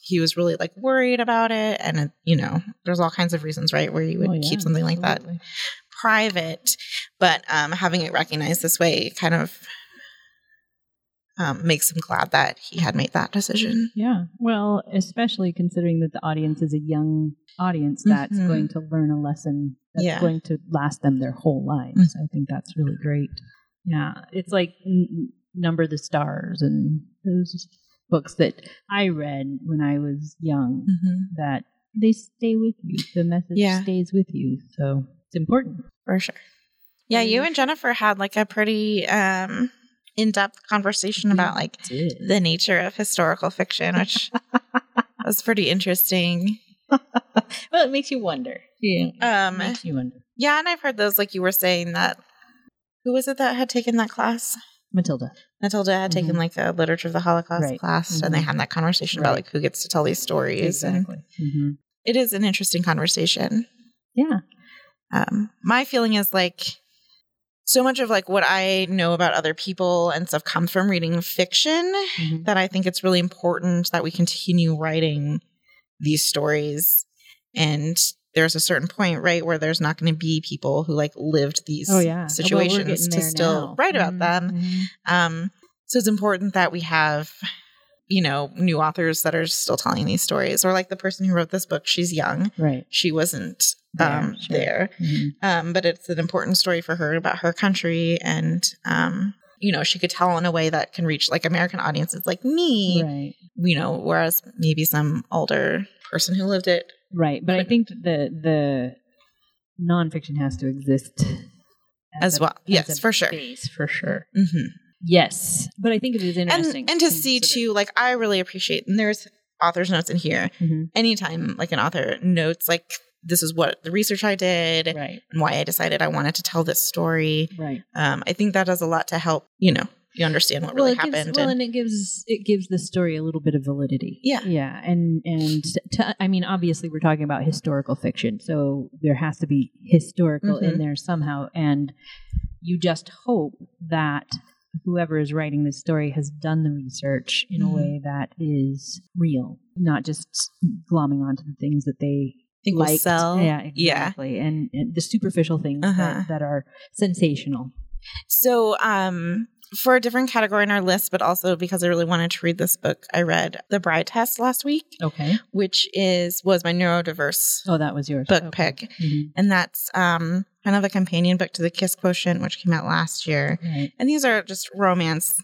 [SPEAKER 2] he was really like worried about it. And uh, you know, there's all kinds of reasons, right, where you would
[SPEAKER 3] Oh, yeah,
[SPEAKER 2] keep something like that
[SPEAKER 3] absolutely.
[SPEAKER 2] private, but um, having it recognized this way kind of um, makes him glad that he had made that decision.
[SPEAKER 3] Yeah. Well, especially considering that the audience is a young audience that's
[SPEAKER 2] Mhm.
[SPEAKER 3] going to learn a lesson that's
[SPEAKER 2] Yeah. Mm-hmm.
[SPEAKER 3] going to last them their whole lives. I think that's really great. Yeah. It's like n- n- Number the Stars and those books that I read when I was young
[SPEAKER 2] Mm-hmm.
[SPEAKER 3] that they stay with you. The message
[SPEAKER 2] Yeah.
[SPEAKER 3] stays with you. So it's important.
[SPEAKER 2] For sure. Mm. Yeah, you
[SPEAKER 3] Mhm.
[SPEAKER 2] and Jennifer had like a pretty um, in depth conversation about like the nature of historical fiction, which was pretty interesting.
[SPEAKER 3] well, it makes you wonder. Yeah.
[SPEAKER 2] Um,
[SPEAKER 3] makes you wonder.
[SPEAKER 2] yeah, and I've heard those, like you were saying, that who was it that had taken that class?
[SPEAKER 3] Matilda.
[SPEAKER 2] Matilda had taken like a literature of the Holocaust
[SPEAKER 3] Mm-hmm. Right.
[SPEAKER 2] class, and they
[SPEAKER 3] Mhm.
[SPEAKER 2] had that conversation about
[SPEAKER 3] Right.
[SPEAKER 2] like who gets to tell these stories. And
[SPEAKER 3] hmm
[SPEAKER 2] it is an interesting conversation.
[SPEAKER 3] Yeah.
[SPEAKER 2] um, my feeling is like so much of like what i know about other people and stuff comes from reading fiction
[SPEAKER 3] Mhm.
[SPEAKER 2] that i think it's really important that we continue writing these stories and there's a certain point right where there's not going to be people who like lived these
[SPEAKER 3] Oh yeah. Well, we're
[SPEAKER 2] situations
[SPEAKER 3] getting
[SPEAKER 2] to
[SPEAKER 3] there
[SPEAKER 2] still
[SPEAKER 3] now.
[SPEAKER 2] write about them
[SPEAKER 3] Mhm.
[SPEAKER 2] um, so it's important that we have, you know, new authors that are still telling these stories. Or like the person who wrote this book, she's young.
[SPEAKER 3] Mm-hmm. Right.
[SPEAKER 2] She wasn't
[SPEAKER 3] There,
[SPEAKER 2] um,
[SPEAKER 3] sure.
[SPEAKER 2] there.
[SPEAKER 3] Mhm.
[SPEAKER 2] Um, but it's an important story for her about her country. And, um, you know, she could tell in a way that can reach like American audiences like me,
[SPEAKER 3] Right.
[SPEAKER 2] you know, whereas maybe some older person who lived it.
[SPEAKER 3] Right. But I think the the nonfiction has to exist
[SPEAKER 2] As well. Yes, for sure.
[SPEAKER 3] Base, for sure.
[SPEAKER 2] hmm
[SPEAKER 3] Yes. But I think it is interesting.
[SPEAKER 2] And, and to see too, like I really appreciate, and there's author's notes in here.
[SPEAKER 3] Mhm.
[SPEAKER 2] Anytime like an author notes, like this is what the research I did
[SPEAKER 3] Right.
[SPEAKER 2] and why I decided I wanted to tell this story.
[SPEAKER 3] Right.
[SPEAKER 2] Um, I think that does a lot to help, you know, you understand what really
[SPEAKER 3] it gives-
[SPEAKER 2] happened.
[SPEAKER 3] well,
[SPEAKER 2] and,
[SPEAKER 3] and it gives it gives the story a little bit of validity.
[SPEAKER 2] Yeah.
[SPEAKER 3] yeah, and and to, I mean, obviously, we're talking about historical fiction, so there has to be historical
[SPEAKER 2] Mhm.
[SPEAKER 3] in there somehow. And you just hope that whoever is writing this story has done the research in
[SPEAKER 2] Mhm.
[SPEAKER 3] a way that is real, not just glomming onto the things that they
[SPEAKER 2] think
[SPEAKER 3] liked.
[SPEAKER 2] will sell.
[SPEAKER 3] Yeah, exactly, And, and the superficial things
[SPEAKER 2] Uh-huh.
[SPEAKER 3] that, that are sensational.
[SPEAKER 2] So, um, for a different category in our list, but also because I really wanted to read this book, I read The Bride Test last week,
[SPEAKER 3] Okay.
[SPEAKER 2] which is was my neurodiverse
[SPEAKER 3] Oh, that was yours.
[SPEAKER 2] book
[SPEAKER 3] Okay.
[SPEAKER 2] pick.
[SPEAKER 3] Mhm.
[SPEAKER 2] and that's um, kind of a companion book to the Kiss Quotient, which came out last year.
[SPEAKER 3] Right.
[SPEAKER 2] And these are just romance,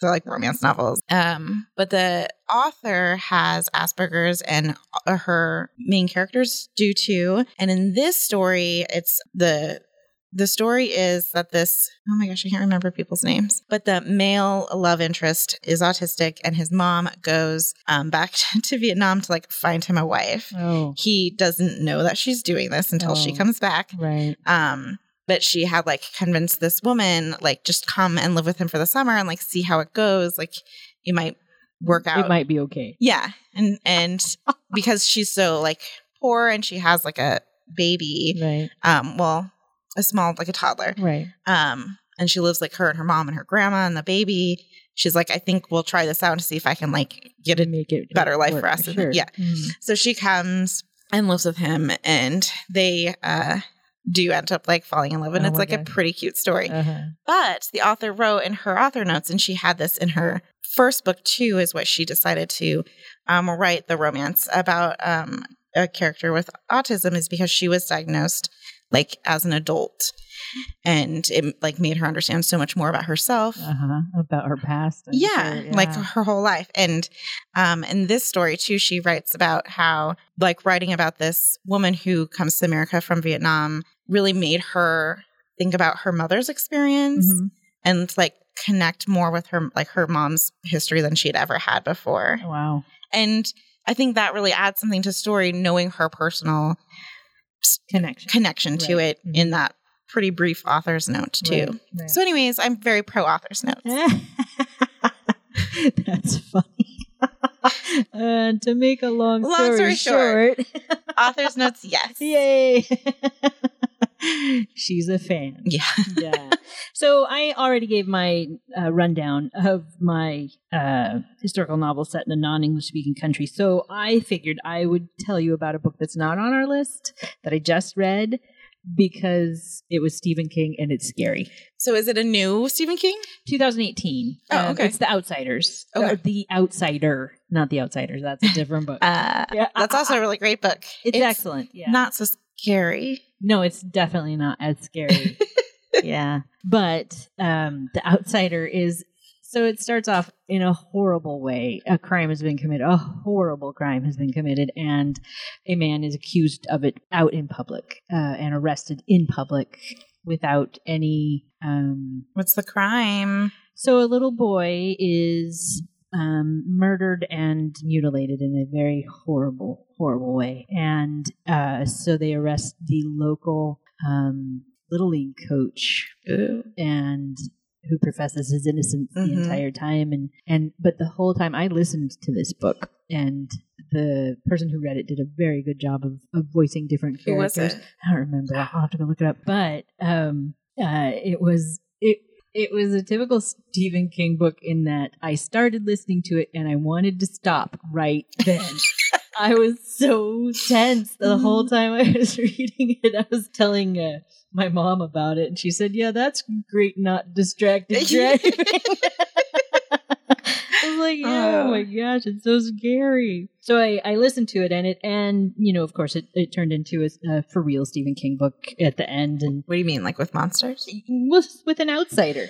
[SPEAKER 2] they're like romance novels. Um, but the author has Asperger's, and uh, her main characters do too. And in this story, it's the the story is that this oh my gosh i can't remember people's names but the male love interest is autistic and his mom goes um, back to vietnam to like find him a wife
[SPEAKER 3] Oh,
[SPEAKER 2] he doesn't know that she's doing this until she
[SPEAKER 3] Oh.
[SPEAKER 2] comes back
[SPEAKER 3] right.
[SPEAKER 2] um but she had like convinced this woman like just come and live with him for the summer and like see how it goes like it might work out
[SPEAKER 3] It might be okay.
[SPEAKER 2] yeah and and because she's so like poor and she has like a baby
[SPEAKER 3] Right.
[SPEAKER 2] um well a small like a toddler
[SPEAKER 3] Right.
[SPEAKER 2] um and she lives like her and her mom and her grandma and the baby she's like i think we'll try this out to see if i can like get a
[SPEAKER 3] make it
[SPEAKER 2] better life for us.
[SPEAKER 3] Sure.
[SPEAKER 2] Yeah.
[SPEAKER 3] Mhm.
[SPEAKER 2] so she comes and lives with him and they uh do end up like falling in love and
[SPEAKER 3] Oh
[SPEAKER 2] it's
[SPEAKER 3] my
[SPEAKER 2] like
[SPEAKER 3] God.
[SPEAKER 2] a pretty cute story
[SPEAKER 3] Uh-huh.
[SPEAKER 2] but the author wrote in her author notes and she had this in her first book too is what she decided to um, write the romance about um, a character with autism is because she was diagnosed like as an adult and it like made her understand so much more about herself
[SPEAKER 3] Uh-huh. About her past. I'm
[SPEAKER 2] yeah,
[SPEAKER 3] sure.
[SPEAKER 2] like
[SPEAKER 3] Yeah.
[SPEAKER 2] her whole life and um in this story too she writes about how like writing about this woman who comes to america from vietnam really made her think about her mother's experience
[SPEAKER 3] Mhm.
[SPEAKER 2] and like connect more with her like her mom's history than she'd ever had before
[SPEAKER 3] Wow.
[SPEAKER 2] and i think that really adds something to story knowing her personal
[SPEAKER 3] Connection.
[SPEAKER 2] connection to
[SPEAKER 3] Right.
[SPEAKER 2] it in that pretty brief author's note too
[SPEAKER 3] Right.
[SPEAKER 2] so anyways i'm very pro author's notes
[SPEAKER 3] Right. That's funny. and to make a long,
[SPEAKER 2] Long story
[SPEAKER 3] story,
[SPEAKER 2] short.
[SPEAKER 3] short,
[SPEAKER 2] author's notes yes
[SPEAKER 3] yay. She's a fan.
[SPEAKER 2] yeah
[SPEAKER 3] yeah. So I already gave my uh, rundown of my uh, historical novel set in a non-English speaking country. So I figured I would tell you about a book that's not on our list that I just read because it was Stephen King and it's scary.
[SPEAKER 2] So is it a new Stephen King?
[SPEAKER 3] 2018.
[SPEAKER 2] Oh,
[SPEAKER 3] Um,
[SPEAKER 2] okay.
[SPEAKER 3] It's The Outsiders.
[SPEAKER 2] Okay.
[SPEAKER 3] Or The Outsider, not The Outsiders. That's a different book.
[SPEAKER 2] Uh,
[SPEAKER 3] yeah.
[SPEAKER 2] that's also a really great book.
[SPEAKER 3] it's, excellent. Yeah.
[SPEAKER 2] Not so scary.
[SPEAKER 3] No, it's definitely not as scary. yeah. But um, The Outsider is so it starts off in a horrible way. A crime has been committed, a horrible crime has been committed, and a man is accused of it out in public uh, and arrested in public without any. Um,
[SPEAKER 2] What's the crime?
[SPEAKER 3] so a little boy is um, murdered and mutilated in a very horrible, horrible way. And uh, so they arrest the local um, Little League coach and who professes his innocence
[SPEAKER 2] Mhm.
[SPEAKER 3] the entire time and and but the whole time I listened to this book and the person who read it did a very good job of, of voicing different
[SPEAKER 2] Who was
[SPEAKER 3] characters. I don't remember. I'll have to go look it up. But um, uh, it was it it was a typical Stephen King book in that I started listening to it and I wanted to stop right then. I was so tense the whole time I was reading it. I was telling uh, my mom about it, and she said, "Yeah, that's great, not distracted driving." I was like, oh,
[SPEAKER 2] Oh.
[SPEAKER 3] my gosh, it's so scary. So I, I listened to it and it and you know of course it, it turned into a, a for real Stephen King book at the end and
[SPEAKER 2] What do you mean, like with monsters?
[SPEAKER 3] with with an outsider.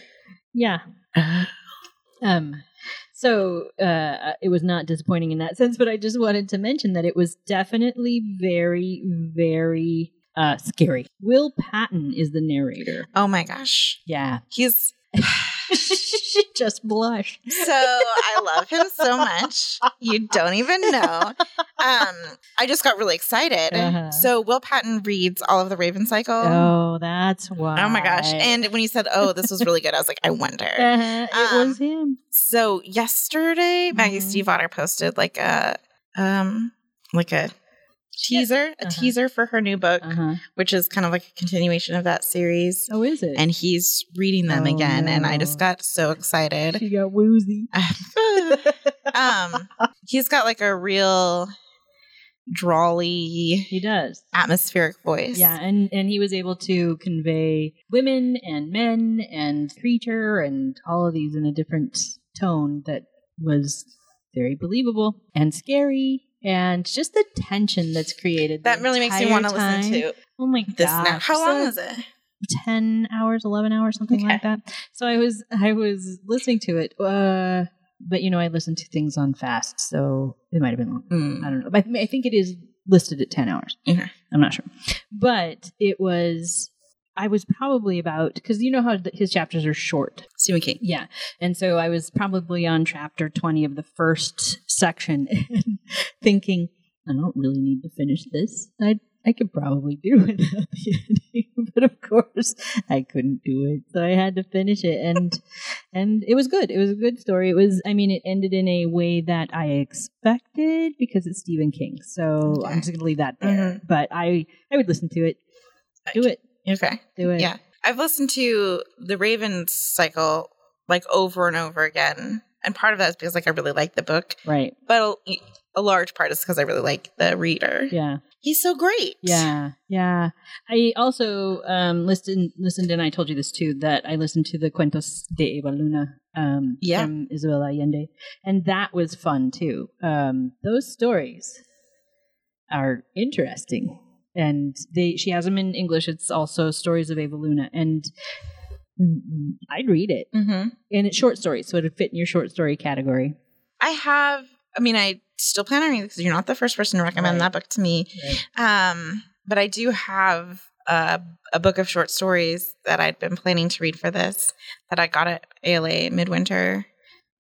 [SPEAKER 3] Yeah. Um so uh it was not disappointing in that sense, but I just wanted to mention that it was definitely very very uh scary. Will Patton is the narrator.
[SPEAKER 2] Oh my gosh.
[SPEAKER 3] Yeah.
[SPEAKER 2] He's
[SPEAKER 3] she just blushed.
[SPEAKER 2] so I love him so much. You don't even know. Um, I just got really excited.
[SPEAKER 3] Uh-huh.
[SPEAKER 2] So Will Patton reads all of the Raven Cycle.
[SPEAKER 3] Oh, that's why.
[SPEAKER 2] Um, Oh my gosh. And when you said, oh, this was really good, I was like, I wonder.
[SPEAKER 3] Uh-huh, it
[SPEAKER 2] Um,
[SPEAKER 3] was him.
[SPEAKER 2] So yesterday, Maggie
[SPEAKER 3] Mhm.
[SPEAKER 2] Steve Otter posted like a um like a teaser, a
[SPEAKER 3] Uh-huh.
[SPEAKER 2] teaser for her new book,
[SPEAKER 3] Uh-huh.
[SPEAKER 2] which is kind of like a continuation of that series.
[SPEAKER 3] Oh, is it?
[SPEAKER 2] And he's reading them
[SPEAKER 3] Oh,
[SPEAKER 2] again. And I just
[SPEAKER 3] no.
[SPEAKER 2] got so excited.
[SPEAKER 3] she got woozy.
[SPEAKER 2] um he's got like a real drawly
[SPEAKER 3] He does.
[SPEAKER 2] atmospheric voice.
[SPEAKER 3] Yeah, and and he was able to convey women and men and creature and all of these in a different tone that was very believable and scary and just the tension that's created.
[SPEAKER 2] That
[SPEAKER 3] the
[SPEAKER 2] really makes me
[SPEAKER 3] entire
[SPEAKER 2] want to listen
[SPEAKER 3] time.
[SPEAKER 2] to
[SPEAKER 3] Oh my
[SPEAKER 2] this
[SPEAKER 3] gosh!
[SPEAKER 2] now. How long
[SPEAKER 3] So-
[SPEAKER 2] is it?
[SPEAKER 3] 10 hours 11 hours something like that so i was i was listening to it uh but you know i listen to things on fast so it might have been long
[SPEAKER 2] Hmm.
[SPEAKER 3] i don't know but i think it is listed at 10 hours
[SPEAKER 2] Okay.
[SPEAKER 3] i'm not sure but it was i was probably about because you know how th- his chapters are short
[SPEAKER 2] Stephen King.
[SPEAKER 3] yeah. And so I was probably on chapter 20 of the first section thinking, I don't really need to finish this. I I could probably do without the ending, but of course I couldn't do it. So I had to finish it and and it was good. It was a good story. It was I mean it ended in a way that I expected because it's Stephen King. So
[SPEAKER 2] Okay. Mm-hmm.
[SPEAKER 3] I'm just going to leave that there. But I I would listen to it. Do it.
[SPEAKER 2] Okay.
[SPEAKER 3] Do it.
[SPEAKER 2] Yeah. I've listened to the Raven cycle like over and over again. And part of that is because like I really like the book,
[SPEAKER 3] Right.
[SPEAKER 2] but a, a large part is because I really like the reader.
[SPEAKER 3] Yeah.
[SPEAKER 2] He's so great.
[SPEAKER 3] Yeah, yeah. I also um, listened, listened, and I told you this too that I listened to the Cuentos de Eva Luna um,
[SPEAKER 2] Yeah.
[SPEAKER 3] from Isabel Allende, and that was fun too. Um, those stories are interesting, and they she has them in English. It's also stories of Eva Luna, and I'd read it,
[SPEAKER 2] Mm-hmm.
[SPEAKER 3] and it's short stories, so it'd fit in your short story category.
[SPEAKER 2] I have, I mean, I still plan on reading because you're not the first person to recommend
[SPEAKER 3] Right.
[SPEAKER 2] that book to me. Um, but I do have a, a book of short stories that I'd been planning to read for this that I got at ALA midwinter.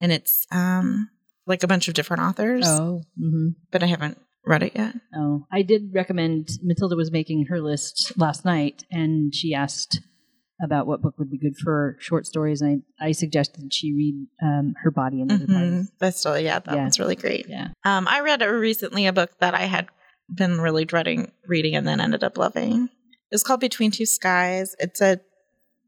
[SPEAKER 2] And it's um, like a bunch of different authors,
[SPEAKER 3] Oh, hmm
[SPEAKER 2] but I haven't read it yet.
[SPEAKER 3] Oh, I did recommend Matilda was making her list last night, and she asked about what book would be good for short stories, and I, I suggested she read um, Her Body and Other
[SPEAKER 2] hmm
[SPEAKER 3] Bodies.
[SPEAKER 2] But still, yeah, that
[SPEAKER 3] Yeah.
[SPEAKER 2] one's really great.
[SPEAKER 3] Yeah,
[SPEAKER 2] Um, I read recently a book that I had been really dreading reading and then ended up loving. It's called Between Two Skies. It's a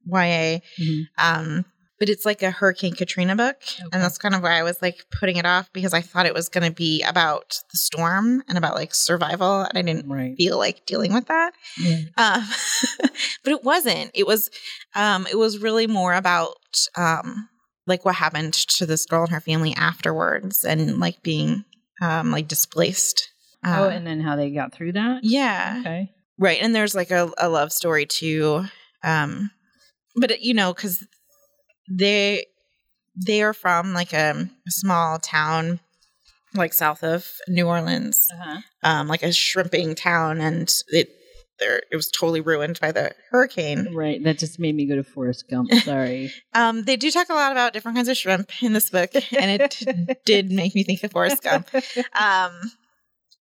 [SPEAKER 2] YA
[SPEAKER 3] Mhm.
[SPEAKER 2] Um, but it's like a Hurricane Katrina book.
[SPEAKER 3] Okay.
[SPEAKER 2] And that's kind of why I was like putting it off because I thought it was going to be about the storm and about like survival. And I didn't
[SPEAKER 3] right.
[SPEAKER 2] feel like dealing with that.
[SPEAKER 3] Yeah.
[SPEAKER 2] Um, but it wasn't. It was, um, it was really more about, um, like what happened to this girl and her family afterwards and like being, um, like displaced.
[SPEAKER 3] oh,
[SPEAKER 2] Um,
[SPEAKER 3] and then how they got through that.
[SPEAKER 2] yeah.
[SPEAKER 3] Okay.
[SPEAKER 2] Right. And there's like a, a love story too. Um, but it- you know, cause they, they are from like a small town, like south of New Orleans,
[SPEAKER 3] Uh-huh.
[SPEAKER 2] um, like a shrimping town. And it, there, it was totally ruined by the hurricane.
[SPEAKER 3] Right. That just made me go to Forrest Gump. Sorry.
[SPEAKER 2] Um, they do talk a lot about different kinds of shrimp in this book, and it did make me think of Forrest Gump. Um,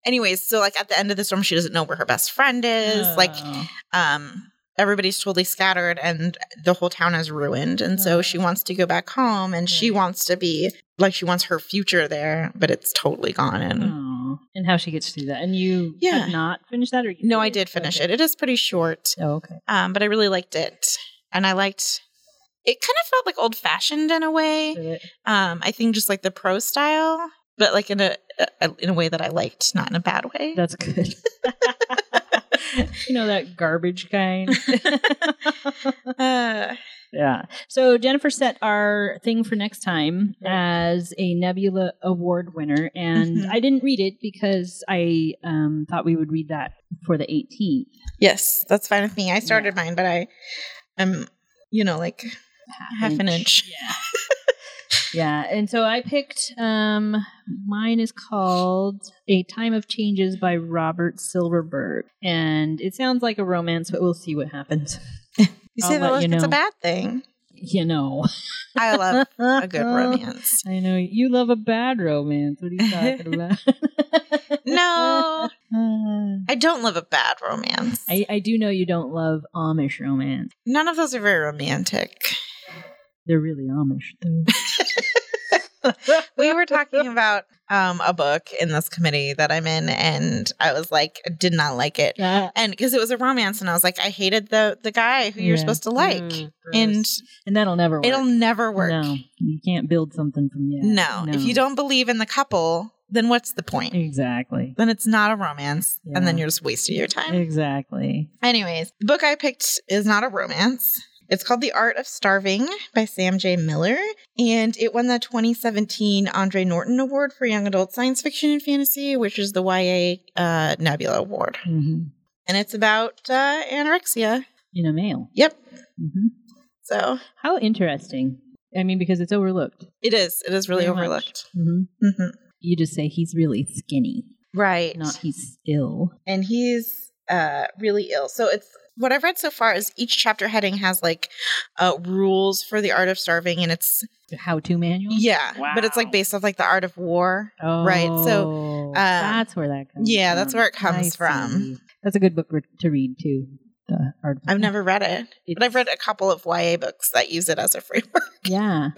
[SPEAKER 2] Anyways, so like at the end of the storm, she doesn't know where her best friend is. Like,
[SPEAKER 3] Oh.
[SPEAKER 2] um, everybody's totally scattered and the whole town is ruined. And so
[SPEAKER 3] Oh.
[SPEAKER 2] she wants to go back home and she
[SPEAKER 3] Right.
[SPEAKER 2] wants to be like, she wants her future there, but it's totally gone. And
[SPEAKER 3] Oh. and how she gets through that. And you
[SPEAKER 2] Yeah.
[SPEAKER 3] have not finished that, or you
[SPEAKER 2] no, I did finish it. It is pretty short,
[SPEAKER 3] Oh, okay.
[SPEAKER 2] um, but I really liked it. And I liked it, kind of felt like old fashioned in a way. Um, I think just like the pro style, but like in a, a in a way that I liked, not in a bad way.
[SPEAKER 3] That's good. you know that garbage kind.
[SPEAKER 2] Uh,
[SPEAKER 3] yeah. So Jennifer set our thing for next time as a Nebula Award winner, and
[SPEAKER 2] Mhm.
[SPEAKER 3] I didn't read it because I um, thought we would read that for the 18th.
[SPEAKER 2] yes, that's fine with me. I started mine, but I am, you know, like half an inch.
[SPEAKER 3] Yeah. yeah. And so I picked um mine is called A Time of Changes by Robert Silverberg. And it sounds like a romance, but we'll see what happens.
[SPEAKER 2] You
[SPEAKER 3] I'll
[SPEAKER 2] say that
[SPEAKER 3] let
[SPEAKER 2] like
[SPEAKER 3] you
[SPEAKER 2] it's a
[SPEAKER 3] know.
[SPEAKER 2] bad thing.
[SPEAKER 3] You know.
[SPEAKER 2] I love a good romance.
[SPEAKER 3] I know you love a bad romance. What are you talking about?
[SPEAKER 2] No,
[SPEAKER 3] Uh,
[SPEAKER 2] I don't love a bad romance.
[SPEAKER 3] I, I do know you don't love Amish romance.
[SPEAKER 2] None of those are very romantic.
[SPEAKER 3] They're really Amish. though.
[SPEAKER 2] we were talking about um, a book in this committee that I'm in, and I was like, did not like it,
[SPEAKER 3] Ah,
[SPEAKER 2] and because it was a romance, and I was like, I hated the the guy who you're
[SPEAKER 3] Yeah.
[SPEAKER 2] supposed to like,
[SPEAKER 3] Mm,
[SPEAKER 2] and
[SPEAKER 3] gross. and that'll never work.
[SPEAKER 2] it'll never work.
[SPEAKER 3] No, you can't build something from yet.
[SPEAKER 2] No. if you don't believe in the couple, then what's the point?
[SPEAKER 3] Exactly.
[SPEAKER 2] Then it's not a romance, and then
[SPEAKER 3] Yeah.
[SPEAKER 2] you're just wasting your time.
[SPEAKER 3] Exactly.
[SPEAKER 2] Anyways, the book I picked is not a romance. It's called The Art of Starving by Sam J. Miller, and it won the 2017 Andre Norton Award for Young Adult Science Fiction and Fantasy, which is the YA uh, Nebula Award.
[SPEAKER 3] hmm
[SPEAKER 2] And it's about uh, anorexia.
[SPEAKER 3] In a male.
[SPEAKER 2] Yep.
[SPEAKER 3] hmm
[SPEAKER 2] So
[SPEAKER 3] How interesting. I mean, because it's overlooked.
[SPEAKER 2] it is. It is really
[SPEAKER 3] Very much.
[SPEAKER 2] overlooked.
[SPEAKER 3] Mm-hmm.
[SPEAKER 2] hmm
[SPEAKER 3] You just say he's really skinny,
[SPEAKER 2] Right.
[SPEAKER 3] not he's ill.
[SPEAKER 2] and he's uh really ill. So it's what I've read so far is each chapter heading has like uh rules for the art of starving and it's
[SPEAKER 3] How to manual.
[SPEAKER 2] yeah, but it's like
[SPEAKER 3] Wow.
[SPEAKER 2] based off like the art of war.
[SPEAKER 3] Oh,
[SPEAKER 2] right, so,
[SPEAKER 3] uh, that's where that comes.
[SPEAKER 2] yeah,
[SPEAKER 3] from.
[SPEAKER 2] that's where it comes from.
[SPEAKER 3] see. That's a good book re- to read too. The art.
[SPEAKER 2] I've never read it, but I've read a couple of YA books that use it as a framework.
[SPEAKER 3] Yeah.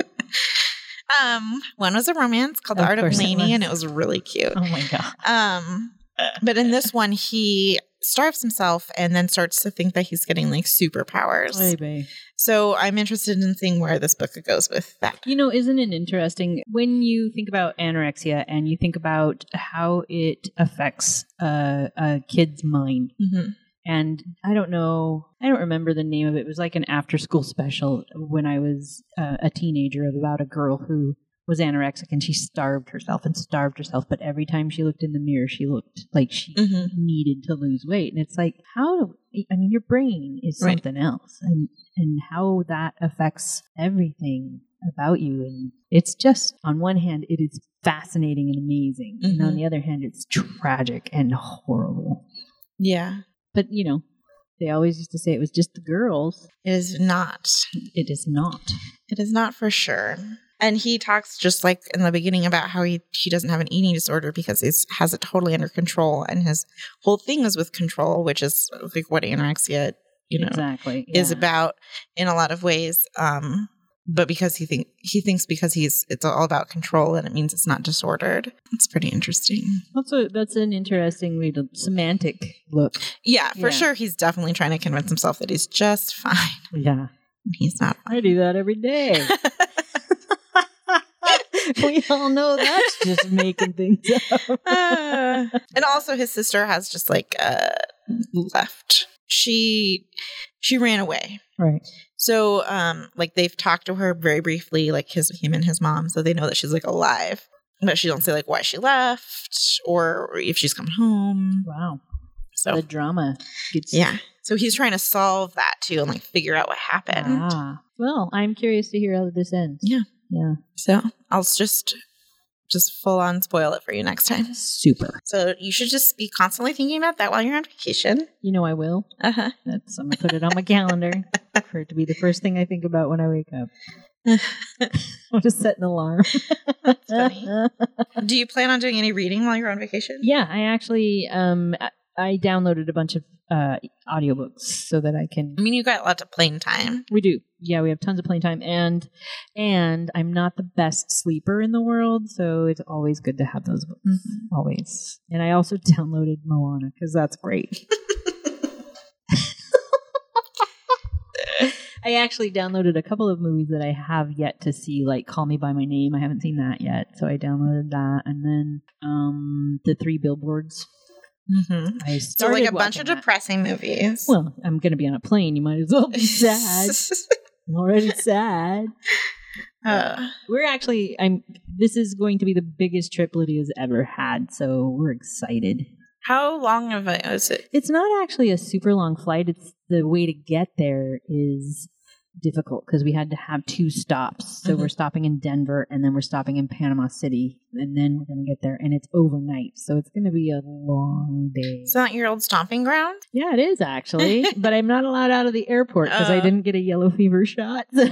[SPEAKER 2] Um one was a romance called The
[SPEAKER 3] Of
[SPEAKER 2] Art of
[SPEAKER 3] course it
[SPEAKER 2] Laney and
[SPEAKER 3] was.
[SPEAKER 2] it was really cute.
[SPEAKER 3] Oh my god.
[SPEAKER 2] Um but in this one he starves himself and then starts to think that he's getting like superpowers.
[SPEAKER 3] Baby.
[SPEAKER 2] So I'm interested in seeing where this book goes with that.
[SPEAKER 3] You know, isn't it interesting when you think about anorexia and you think about how it affects uh, a kid's mind?
[SPEAKER 2] Mhm.
[SPEAKER 3] And I don't know, I don't remember the name of it. It was like an after school special when I was uh, a teenager of about a girl who was anorexic and she starved herself and starved herself. But every time she looked in the mirror, she looked like she
[SPEAKER 2] Mm-hmm.
[SPEAKER 3] needed to lose weight. And it's like, how do I mean, your brain is
[SPEAKER 2] Right.
[SPEAKER 3] something else, and and how that affects everything about you. And it's just on one hand, it is fascinating and amazing, and on
[SPEAKER 2] Mhm.
[SPEAKER 3] the other hand, it's tragic and horrible.
[SPEAKER 2] Yeah,
[SPEAKER 3] But you know, they always used to say it was just the girls.
[SPEAKER 2] it is not.
[SPEAKER 3] It is not.
[SPEAKER 2] It is not for sure. And he talks just like in the beginning about how he he doesn't have an eating disorder because he has it totally under control, and his whole thing is with control, which is like what anorexia, you know,
[SPEAKER 3] exactly
[SPEAKER 2] is
[SPEAKER 3] Yeah.
[SPEAKER 2] about in a lot of ways. Um, but because he think he thinks because he's it's all about control, and it means it's not disordered. It's pretty interesting.
[SPEAKER 3] That's a, that's an interesting read, semantic look.
[SPEAKER 2] Yeah, for
[SPEAKER 3] Yeah.
[SPEAKER 2] sure, he's definitely trying to convince himself that he's just fine.
[SPEAKER 3] Yeah.
[SPEAKER 2] He's not.
[SPEAKER 3] I do that every day. we all know that's just making things up.
[SPEAKER 2] Uh, and also his sister has just like uh left she she ran away
[SPEAKER 3] right.
[SPEAKER 2] so um like they've talked to her very briefly like his him and his mom so they know that she's like alive but she don't say like why she left or if she's come home
[SPEAKER 3] Wow.
[SPEAKER 2] so
[SPEAKER 3] The drama gets
[SPEAKER 2] yeah so he's trying to solve that too and like figure out what happened
[SPEAKER 3] Ah. Well, I'm curious to hear how this ends.
[SPEAKER 2] Yeah.
[SPEAKER 3] Yeah.
[SPEAKER 2] so i'll just just full on spoil it for you next time
[SPEAKER 3] Super.
[SPEAKER 2] so you should just be constantly thinking about that while you're on vacation
[SPEAKER 3] You know I will.
[SPEAKER 2] uh-huh
[SPEAKER 3] That's I'm gonna put it on my calendar for it to be the first thing I think about when I wake up. I'll just set an alarm.
[SPEAKER 2] funny. Do you plan on doing any reading while you're on vacation?
[SPEAKER 3] yeah, I actually um I- I downloaded a bunch of uh audiobooks so that I can
[SPEAKER 2] I mean, you got lots of plane time.
[SPEAKER 3] We do. Yeah, we have tons of playing time and and I'm not the best sleeper in the world, so it's always good to have those books.
[SPEAKER 2] Mm-hmm.
[SPEAKER 3] Always. And I also downloaded Moana cuz that's great. I actually downloaded a couple of movies that I have yet to see, like Call Me by My Name. I haven't seen that yet, so I downloaded that, and then um, the Three Billboards.
[SPEAKER 2] Mm-hmm. So,
[SPEAKER 3] I
[SPEAKER 2] like
[SPEAKER 3] started
[SPEAKER 2] a bunch
[SPEAKER 3] watching
[SPEAKER 2] of
[SPEAKER 3] that.
[SPEAKER 2] depressing movies.
[SPEAKER 3] Well, I'm going to be on a plane. You might as well be sad. I'm already sad.
[SPEAKER 2] Uh,
[SPEAKER 3] We're actually I'm this is going to be the biggest trip Lydia's ever had, so we're excited.
[SPEAKER 2] how long of it was it?
[SPEAKER 3] It's not actually a super long flight. It's the way to get there is difficult because we had to have two stops. So we're stopping in Denver and then we're stopping in Panama City and then we're going to get there and it's overnight. So it's going to be a long day.
[SPEAKER 2] It's not your old stomping ground?
[SPEAKER 3] yeah, it is actually, but I'm not allowed out of the airport because I
[SPEAKER 2] Oh.
[SPEAKER 3] didn't get a yellow fever shot. So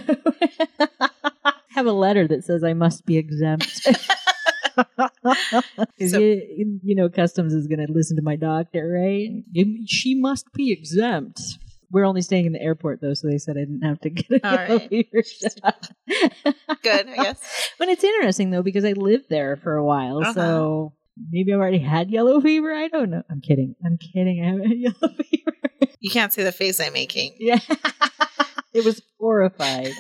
[SPEAKER 3] I have a letter that says I must be exempt. 'Cause
[SPEAKER 2] So-
[SPEAKER 3] you, you know, customs is going to listen to my doctor, right? You- She must be exempt. We're only staying in the airport, though, so they said I didn't have to get a
[SPEAKER 2] All
[SPEAKER 3] yellow
[SPEAKER 2] right.
[SPEAKER 3] fever shot.
[SPEAKER 2] Good, I guess.
[SPEAKER 3] but it's interesting, though, because I lived there for a while, so maybe I've already had yellow fever. I don't know. I'm kidding. I'm kidding. I haven't had yellow fever.
[SPEAKER 2] You can't see the face I'm making.
[SPEAKER 3] Yeah. it was horrified.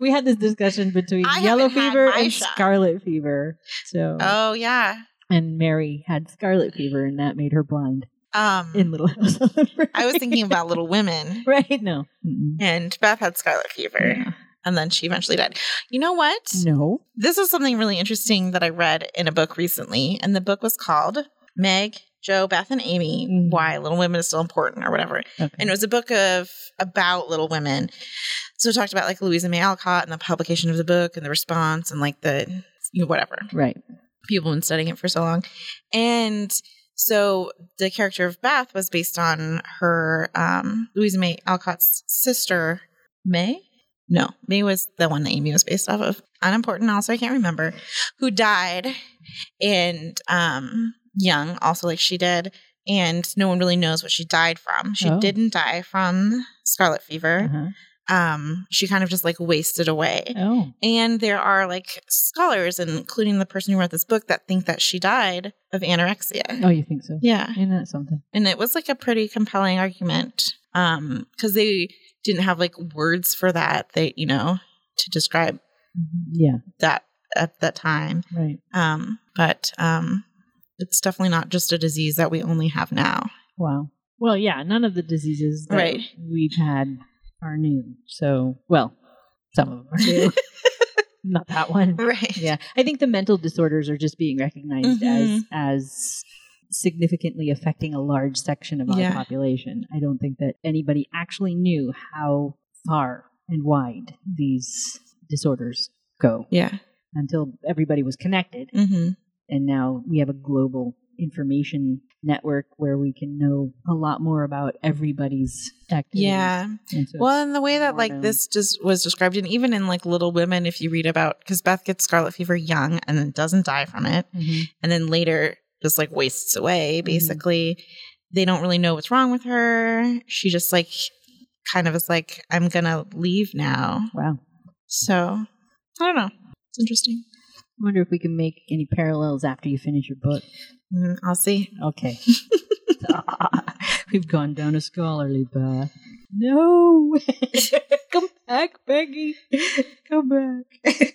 [SPEAKER 3] we had this discussion between
[SPEAKER 2] I
[SPEAKER 3] yellow
[SPEAKER 2] haven't had
[SPEAKER 3] fever
[SPEAKER 2] my
[SPEAKER 3] and
[SPEAKER 2] shot.
[SPEAKER 3] scarlet fever. So
[SPEAKER 2] Oh, yeah.
[SPEAKER 3] and Mary had scarlet fever and that made her blind
[SPEAKER 2] Um,
[SPEAKER 3] in Little House on the Prairie.
[SPEAKER 2] I was thinking about Little Women,
[SPEAKER 3] right no. Mm-mm.
[SPEAKER 2] and Beth had scarlet fever, and then she eventually died. You know what?
[SPEAKER 3] No.
[SPEAKER 2] This is something really interesting that I read in a book recently, and the book was called Meg, Joe, Beth, and Amy:
[SPEAKER 3] Mhm.
[SPEAKER 2] Why Little Women is Still Important, or whatever.
[SPEAKER 3] Okay.
[SPEAKER 2] and it was a book of about little women so it talked about like louisa may alcott and the publication of the book and the response and like the you know, whatever
[SPEAKER 3] right.
[SPEAKER 2] people have been studying it for so long and so the character of beth was based on her um, louisa may alcott's sister may no may was the one that amy was based off of unimportant also i can't remember who died and um, young also like she did and no one really knows what she died from she
[SPEAKER 3] Oh.
[SPEAKER 2] didn't die from scarlet fever
[SPEAKER 3] Uh-huh.
[SPEAKER 2] um, she kind of just like wasted away
[SPEAKER 3] Oh.
[SPEAKER 2] and there are like scholars, including the person who wrote this book, that think that she died of anorexia.
[SPEAKER 3] Oh, you think so?
[SPEAKER 2] Yeah.
[SPEAKER 3] Isn't that something?
[SPEAKER 2] And it was like a pretty compelling argument um, because they didn't have like words for that, they, you know, to describe
[SPEAKER 3] Mm-hmm. Yeah.
[SPEAKER 2] that at that time.
[SPEAKER 3] Right.
[SPEAKER 2] Um, but um, it's definitely not just a disease that we only have now.
[SPEAKER 3] Wow. Well, yeah, none of the diseases that
[SPEAKER 2] Right.
[SPEAKER 3] we've had are new. So, well, some of them are new. Not that one.
[SPEAKER 2] Right.
[SPEAKER 3] Yeah. I think the mental disorders are just being recognized
[SPEAKER 2] Mm-hmm.
[SPEAKER 3] as as significantly affecting a large section of our
[SPEAKER 2] Yeah.
[SPEAKER 3] population. I don't think that anybody actually knew how far and wide these disorders go
[SPEAKER 2] Yeah.
[SPEAKER 3] until everybody was connected
[SPEAKER 2] hmm
[SPEAKER 3] and now we have a global information network where we can know a lot more about everybody's activities.
[SPEAKER 2] Yeah.
[SPEAKER 3] And so
[SPEAKER 2] Well,
[SPEAKER 3] it's-
[SPEAKER 2] and the way that
[SPEAKER 3] more
[SPEAKER 2] like
[SPEAKER 3] known.
[SPEAKER 2] this just was described, and even in like Little Women, if you read about because Beth gets scarlet fever young and then doesn't die from it,
[SPEAKER 3] Mhm.
[SPEAKER 2] and then later just like wastes away. Basically, they don't really know what's wrong with her. She just like kind of is like, I'm gonna leave now.
[SPEAKER 3] wow.
[SPEAKER 2] So I don't know. It's interesting.
[SPEAKER 3] I wonder if we can make any parallels after you finish your book.
[SPEAKER 2] Mm, I'll see.
[SPEAKER 3] Okay. We've gone down a scholarly path. No. Come back, Peggy. Come back.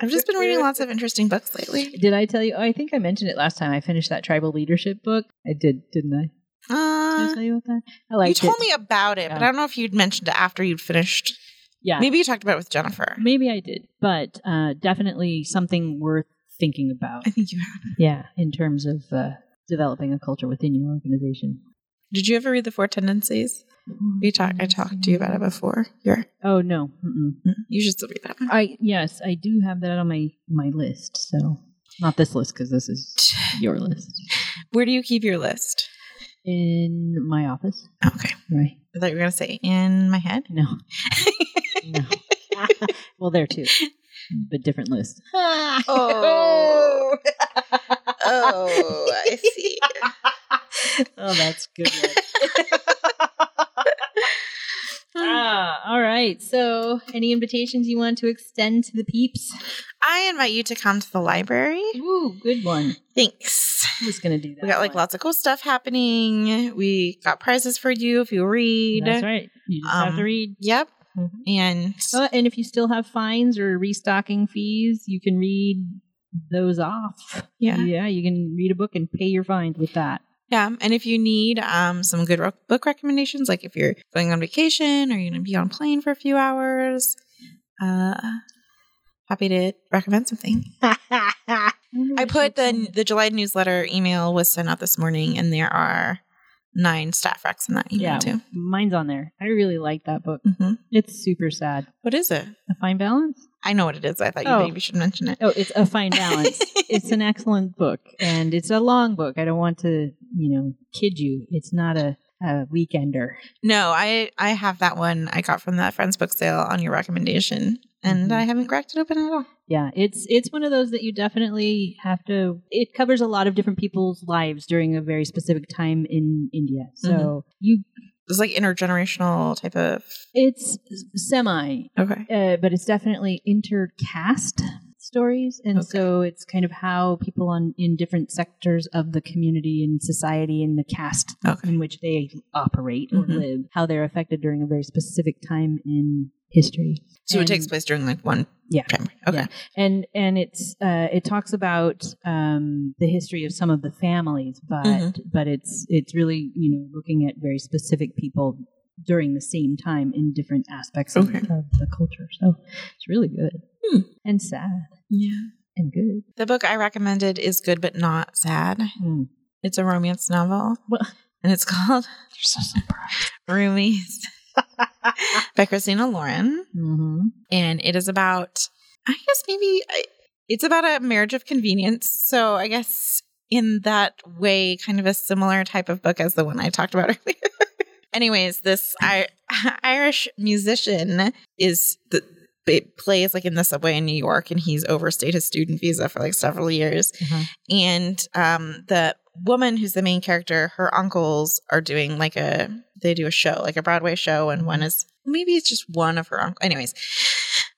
[SPEAKER 2] I've just been reading lots of interesting books lately.
[SPEAKER 3] Did I tell you? Oh, I think I mentioned it last time. I finished that tribal leadership book. I did, didn't I? Did I
[SPEAKER 2] Uh,
[SPEAKER 3] tell you about that? I
[SPEAKER 2] you
[SPEAKER 3] liked
[SPEAKER 2] told
[SPEAKER 3] it.
[SPEAKER 2] me about it, but
[SPEAKER 3] Yeah.
[SPEAKER 2] I don't know if you'd mentioned it after you'd finished.
[SPEAKER 3] Yeah.
[SPEAKER 2] Maybe you talked about it with Jennifer.
[SPEAKER 3] Maybe I did, but uh, definitely something worth thinking about.
[SPEAKER 2] I think you have.
[SPEAKER 3] Yeah, in terms of uh, developing a culture within your organization.
[SPEAKER 2] Did you ever read the Four Tendencies? We talked. I talked to you about it before. You're, mm,
[SPEAKER 3] Oh no, Mm-mm.
[SPEAKER 2] you should still read that one.
[SPEAKER 3] I yes, I do have that on my my list. So not this list because this is your list
[SPEAKER 2] Where do you keep your list?
[SPEAKER 3] in my office.
[SPEAKER 2] Okay,
[SPEAKER 3] Right?
[SPEAKER 2] I thought you were gonna say in my head.
[SPEAKER 3] No, Well, there too, but different list.
[SPEAKER 2] Oh. oh, I see.
[SPEAKER 3] oh, that's good. ah, all right. So, any invitations you want to extend to the peeps?
[SPEAKER 2] I invite you to come to the library.
[SPEAKER 3] Ooh, good one.
[SPEAKER 2] Thanks.
[SPEAKER 3] I was gonna do that.
[SPEAKER 2] We got like
[SPEAKER 3] one.
[SPEAKER 2] lots of cool stuff happening. We got prizes for you if you read.
[SPEAKER 3] That's right. You just have
[SPEAKER 2] Um,
[SPEAKER 3] to read.
[SPEAKER 2] Yep.
[SPEAKER 3] Mhm.
[SPEAKER 2] And
[SPEAKER 3] Oh, and if you still have fines or restocking fees, you can read those off.
[SPEAKER 2] yeah.
[SPEAKER 3] Yeah, you can read a book and pay your fines with that.
[SPEAKER 2] Yeah, and if you need um, some good rec- book recommendations, like if you're going on vacation or you're going to be on a plane for a few hours, uh, happy to recommend something. I put the the July newsletter email was sent out this morning, and there are nine staff recs in that email
[SPEAKER 3] yeah,
[SPEAKER 2] too.
[SPEAKER 3] mine's on there. I really like that book.
[SPEAKER 2] hmm
[SPEAKER 3] It's super sad.
[SPEAKER 2] What is it?
[SPEAKER 3] A fine balance.
[SPEAKER 2] I know what it is. I thought you
[SPEAKER 3] Oh.
[SPEAKER 2] maybe should mention it.
[SPEAKER 3] Oh, it's a fine balance. it's an excellent book, and it's a long book. I don't want to, you know, kid you. It's not a, a weekender.
[SPEAKER 2] No, I I have that one I got from that friend's book sale on your recommendation, and
[SPEAKER 3] Mhm.
[SPEAKER 2] I haven't cracked it open at all.
[SPEAKER 3] Yeah, it's it's one of those that you definitely have to. It covers a lot of different people's lives during a very specific time in India, so you
[SPEAKER 2] It's like intergenerational type of
[SPEAKER 3] it's semi,
[SPEAKER 2] okay.
[SPEAKER 3] uh, but it's definitely intercast stories, and
[SPEAKER 2] Okay.
[SPEAKER 3] so it's kind of how people on in different sectors of the community and society and the caste
[SPEAKER 2] Okay.
[SPEAKER 3] in which they operate or
[SPEAKER 2] Mhm.
[SPEAKER 3] live, how they're affected during a very specific time in history.
[SPEAKER 2] So it takes
[SPEAKER 3] And-
[SPEAKER 2] place during like one
[SPEAKER 3] Yeah.
[SPEAKER 2] time. Okay.
[SPEAKER 3] Yeah. and and it's uh, it talks about um, the history of some of the families, but
[SPEAKER 2] Mhm.
[SPEAKER 3] but it's it's really you know looking at very specific people during the same time in different aspects of,
[SPEAKER 2] Okay.
[SPEAKER 3] of the culture. So it's really good
[SPEAKER 2] Hmm.
[SPEAKER 3] and sad
[SPEAKER 2] Yeah.
[SPEAKER 3] and good.
[SPEAKER 2] The book I recommended is good but not sad.
[SPEAKER 3] Mm.
[SPEAKER 2] It's a romance novel.
[SPEAKER 3] Well-
[SPEAKER 2] And it's called
[SPEAKER 3] You're so surprised.
[SPEAKER 2] Roomies by Christina Lauren.
[SPEAKER 3] Mm-hmm.
[SPEAKER 2] And it is about, I guess maybe I- it's about a marriage of convenience. So I guess in that way, kind of a similar type of book as the one I talked about earlier. Anyways, this I, Irish musician is the. It plays like in the subway in New York, and he's overstayed his student visa for like several years
[SPEAKER 3] Mm-hmm.
[SPEAKER 2] and um, the woman who's the main character, her uncles are doing like a they do a show, like a Broadway show, and one is maybe it's just one of her uncles. Anyways,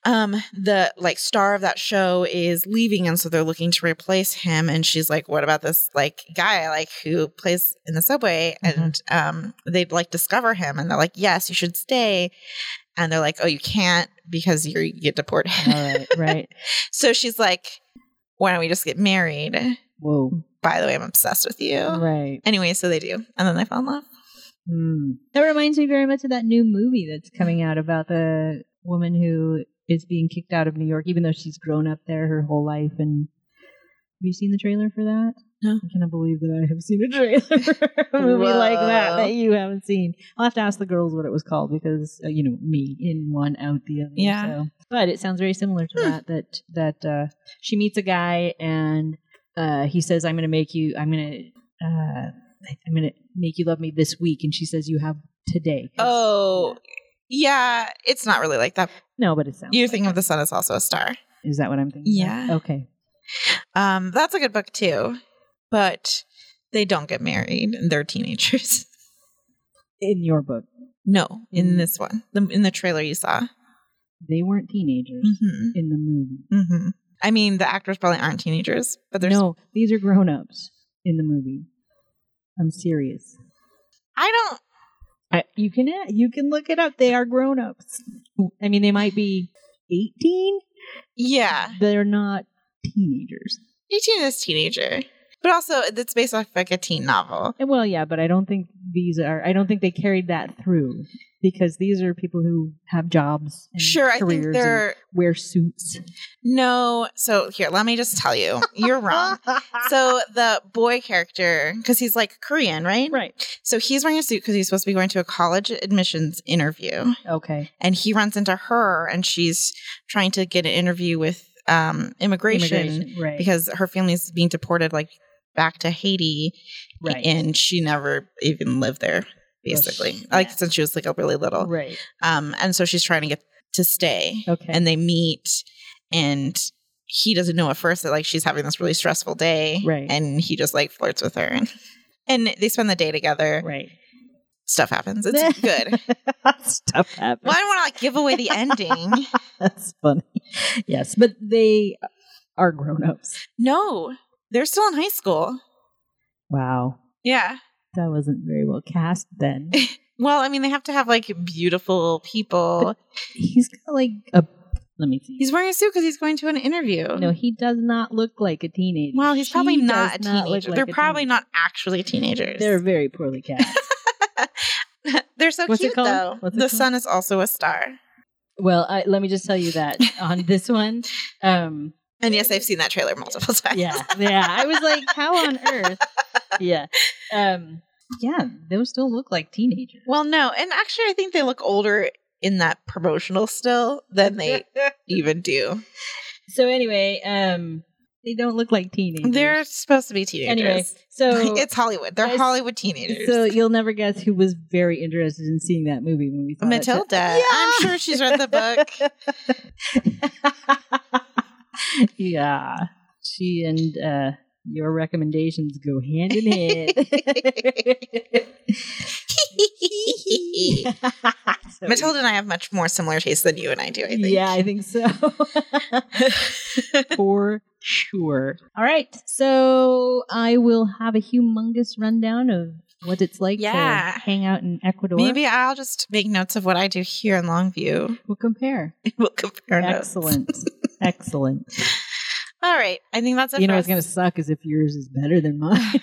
[SPEAKER 2] um, the like star of that show is leaving, and so they're looking to replace him. And she's like, "What about this like guy like who plays in the subway?" And um, they like discover him, and they're like, "Yes, you should stay." And they're like, "Oh, you can't because you're, you get deported."
[SPEAKER 3] All right, right.
[SPEAKER 2] so she's like, "Why don't we just get married?"
[SPEAKER 3] Whoa.
[SPEAKER 2] by the way, I'm obsessed with you.
[SPEAKER 3] Right.
[SPEAKER 2] Anyway, so they do. And then they fall in love. Hmm.
[SPEAKER 3] Mm. That reminds me very much of that new movie that's coming out about the woman who is being kicked out of New York, even though she's grown up there her whole life. And have you seen the trailer for that?
[SPEAKER 2] No.
[SPEAKER 3] I cannot believe that I have seen a trailer for a movie like that
[SPEAKER 2] Whoa.
[SPEAKER 3] that you haven't seen. I'll have to ask the girls what it was called because uh, you know me in one out the other.
[SPEAKER 2] Yeah.
[SPEAKER 3] So. But it sounds very similar to
[SPEAKER 2] Hmm.
[SPEAKER 3] that. That that uh, she meets a guy and uh, he says, "I'm going to make you. I'm going to. Uh, I'm going to make you love me this week." And she says, "You have today." 'Cause-
[SPEAKER 2] Oh, yeah. It's not really like that.
[SPEAKER 3] no, but it sounds.
[SPEAKER 2] You think of the sun as also a star.
[SPEAKER 3] Is that what I'm thinking?
[SPEAKER 2] Yeah.
[SPEAKER 3] Okay.
[SPEAKER 2] Um, that's a good book too, but they don't get married. and They're teenagers.
[SPEAKER 3] In your book,
[SPEAKER 2] No, in
[SPEAKER 3] Mm.
[SPEAKER 2] this one, the, in the trailer you saw.
[SPEAKER 3] they weren't teenagers
[SPEAKER 2] hmm
[SPEAKER 3] in the movie.
[SPEAKER 2] hmm I mean, the actors probably aren't teenagers, but there's.
[SPEAKER 3] No, these are grown-ups in the movie. I'm serious.
[SPEAKER 2] I don't.
[SPEAKER 3] I, you can uh, you can look it up. They are grown-ups. I mean, they might be 18.
[SPEAKER 2] Yeah,
[SPEAKER 3] They're not teenagers.
[SPEAKER 2] eighteen is teenager, but also it's based off like a teen novel.
[SPEAKER 3] And Well, yeah, but I don't think these are. I don't think they carried that through because these are people who have jobs. And
[SPEAKER 2] Sure, I
[SPEAKER 3] careers
[SPEAKER 2] think
[SPEAKER 3] and
[SPEAKER 2] they're
[SPEAKER 3] wear suits.
[SPEAKER 2] No. So here, let me just tell you, you're wrong. So the boy character, because he's like Korean, right?
[SPEAKER 3] right.
[SPEAKER 2] So he's wearing a suit because he's supposed to be going to a college admissions interview,
[SPEAKER 3] Okay.
[SPEAKER 2] and he runs into her, and she's trying to get an interview with um, immigration,
[SPEAKER 3] Right.
[SPEAKER 2] because her family's being deported like back to Haiti,
[SPEAKER 3] right.
[SPEAKER 2] and she never even lived there, basically,
[SPEAKER 3] she-
[SPEAKER 2] like
[SPEAKER 3] yeah.
[SPEAKER 2] since she was like a really little.
[SPEAKER 3] right.
[SPEAKER 2] Um, and so she's trying to get to stay.
[SPEAKER 3] Okay.
[SPEAKER 2] And they meet and he doesn't know at first that like she's having this really stressful day.
[SPEAKER 3] Right.
[SPEAKER 2] And he just like flirts with her and and they spend the day together.
[SPEAKER 3] right.
[SPEAKER 2] Stuff happens. It's good.
[SPEAKER 3] Stuff happens.
[SPEAKER 2] Well, I don't want to like give away the ending.
[SPEAKER 3] That's funny. Yes, but they are grown-ups.
[SPEAKER 2] no. They're still in high school.
[SPEAKER 3] Wow.
[SPEAKER 2] Yeah.
[SPEAKER 3] That wasn't very well cast then.
[SPEAKER 2] Well, I mean, they have to have like beautiful people.
[SPEAKER 3] He's got like a let me see.
[SPEAKER 2] He's wearing a suit because he's going to an interview.
[SPEAKER 3] no, he does not look like a teenager.
[SPEAKER 2] well, he's
[SPEAKER 3] She
[SPEAKER 2] probably
[SPEAKER 3] does
[SPEAKER 2] not a
[SPEAKER 3] look
[SPEAKER 2] teenager.
[SPEAKER 3] like
[SPEAKER 2] They're
[SPEAKER 3] a
[SPEAKER 2] probably
[SPEAKER 3] teenager.
[SPEAKER 2] not actually teenagers.
[SPEAKER 3] They're very poorly cast.
[SPEAKER 2] They're so
[SPEAKER 3] What's it
[SPEAKER 2] cute
[SPEAKER 3] called?
[SPEAKER 2] though.
[SPEAKER 3] What's it
[SPEAKER 2] the
[SPEAKER 3] called?
[SPEAKER 2] sun is also a star.
[SPEAKER 3] well, I, let me just tell you that on this one, um,
[SPEAKER 2] And yes, I've seen that trailer multiple times.
[SPEAKER 3] yeah, yeah. I was like, how on earth? Yeah, um, yeah. Those still look like teenagers.
[SPEAKER 2] Well, no, and actually, I think they look older in that promotional still than they even do.
[SPEAKER 3] So anyway, um, they don't look like teenagers.
[SPEAKER 2] They're supposed to be teenagers.
[SPEAKER 3] anyway. So
[SPEAKER 2] it's Hollywood. They're
[SPEAKER 3] Yes.
[SPEAKER 2] Hollywood teenagers.
[SPEAKER 3] so you'll never guess who was very interested in seeing that movie when we saw that
[SPEAKER 2] Matilda. I'm sure she's read the book.
[SPEAKER 3] yeah, she and uh, your recommendations go hand in hand. So-
[SPEAKER 2] Matilda and I have much more similar tastes than you and I do. I think.
[SPEAKER 3] Yeah, I think so. For sure. All right. So I will have a humongous rundown of what it's like
[SPEAKER 2] Yeah.
[SPEAKER 3] to hang out in Ecuador.
[SPEAKER 2] Maybe I'll just make notes of what I do here in Longview.
[SPEAKER 3] we'll compare.
[SPEAKER 2] We'll compare notes.
[SPEAKER 3] Excellent. Excellent.
[SPEAKER 2] All right. I think that's it.
[SPEAKER 3] you know
[SPEAKER 2] for
[SPEAKER 3] what's
[SPEAKER 2] us.
[SPEAKER 3] going to suck is if yours is better than mine.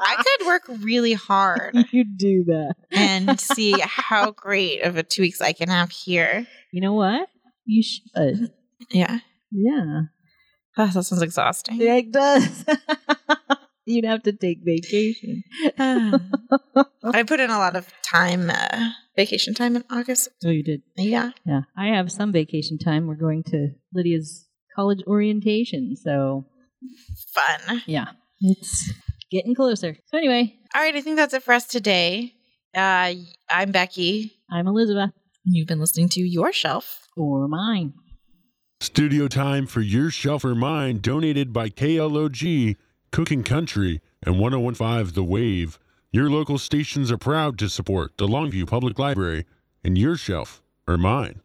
[SPEAKER 2] I could work really hard
[SPEAKER 3] you do that.
[SPEAKER 2] and see how great of a two weeks I can have here.
[SPEAKER 3] You know what? You should.
[SPEAKER 2] Yeah.
[SPEAKER 3] Yeah.
[SPEAKER 2] Oh, that sounds exhausting.
[SPEAKER 3] Yeah, it does. You'd have to take vacation.
[SPEAKER 2] I put in a lot of time, uh, vacation time in August.
[SPEAKER 3] Oh, you did.
[SPEAKER 2] Yeah.
[SPEAKER 3] Yeah, I have some vacation time. We're going to Lydia's college orientation, so
[SPEAKER 2] Fun.
[SPEAKER 3] yeah, it's getting closer. So anyway,
[SPEAKER 2] All right. I think that's it for us today. Uh, I'm Becky.
[SPEAKER 3] I'm Elizabeth
[SPEAKER 2] You've been listening to Your Shelf.
[SPEAKER 3] or mine.
[SPEAKER 1] Studio time for Your Shelf or Mine, donated by KLOG, Cooking Country, and 1015 The Wave. Your local stations are proud to support the Longview Public Library and Your Shelf or Mine.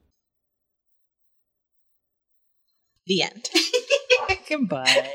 [SPEAKER 2] The end.
[SPEAKER 3] Goodbye.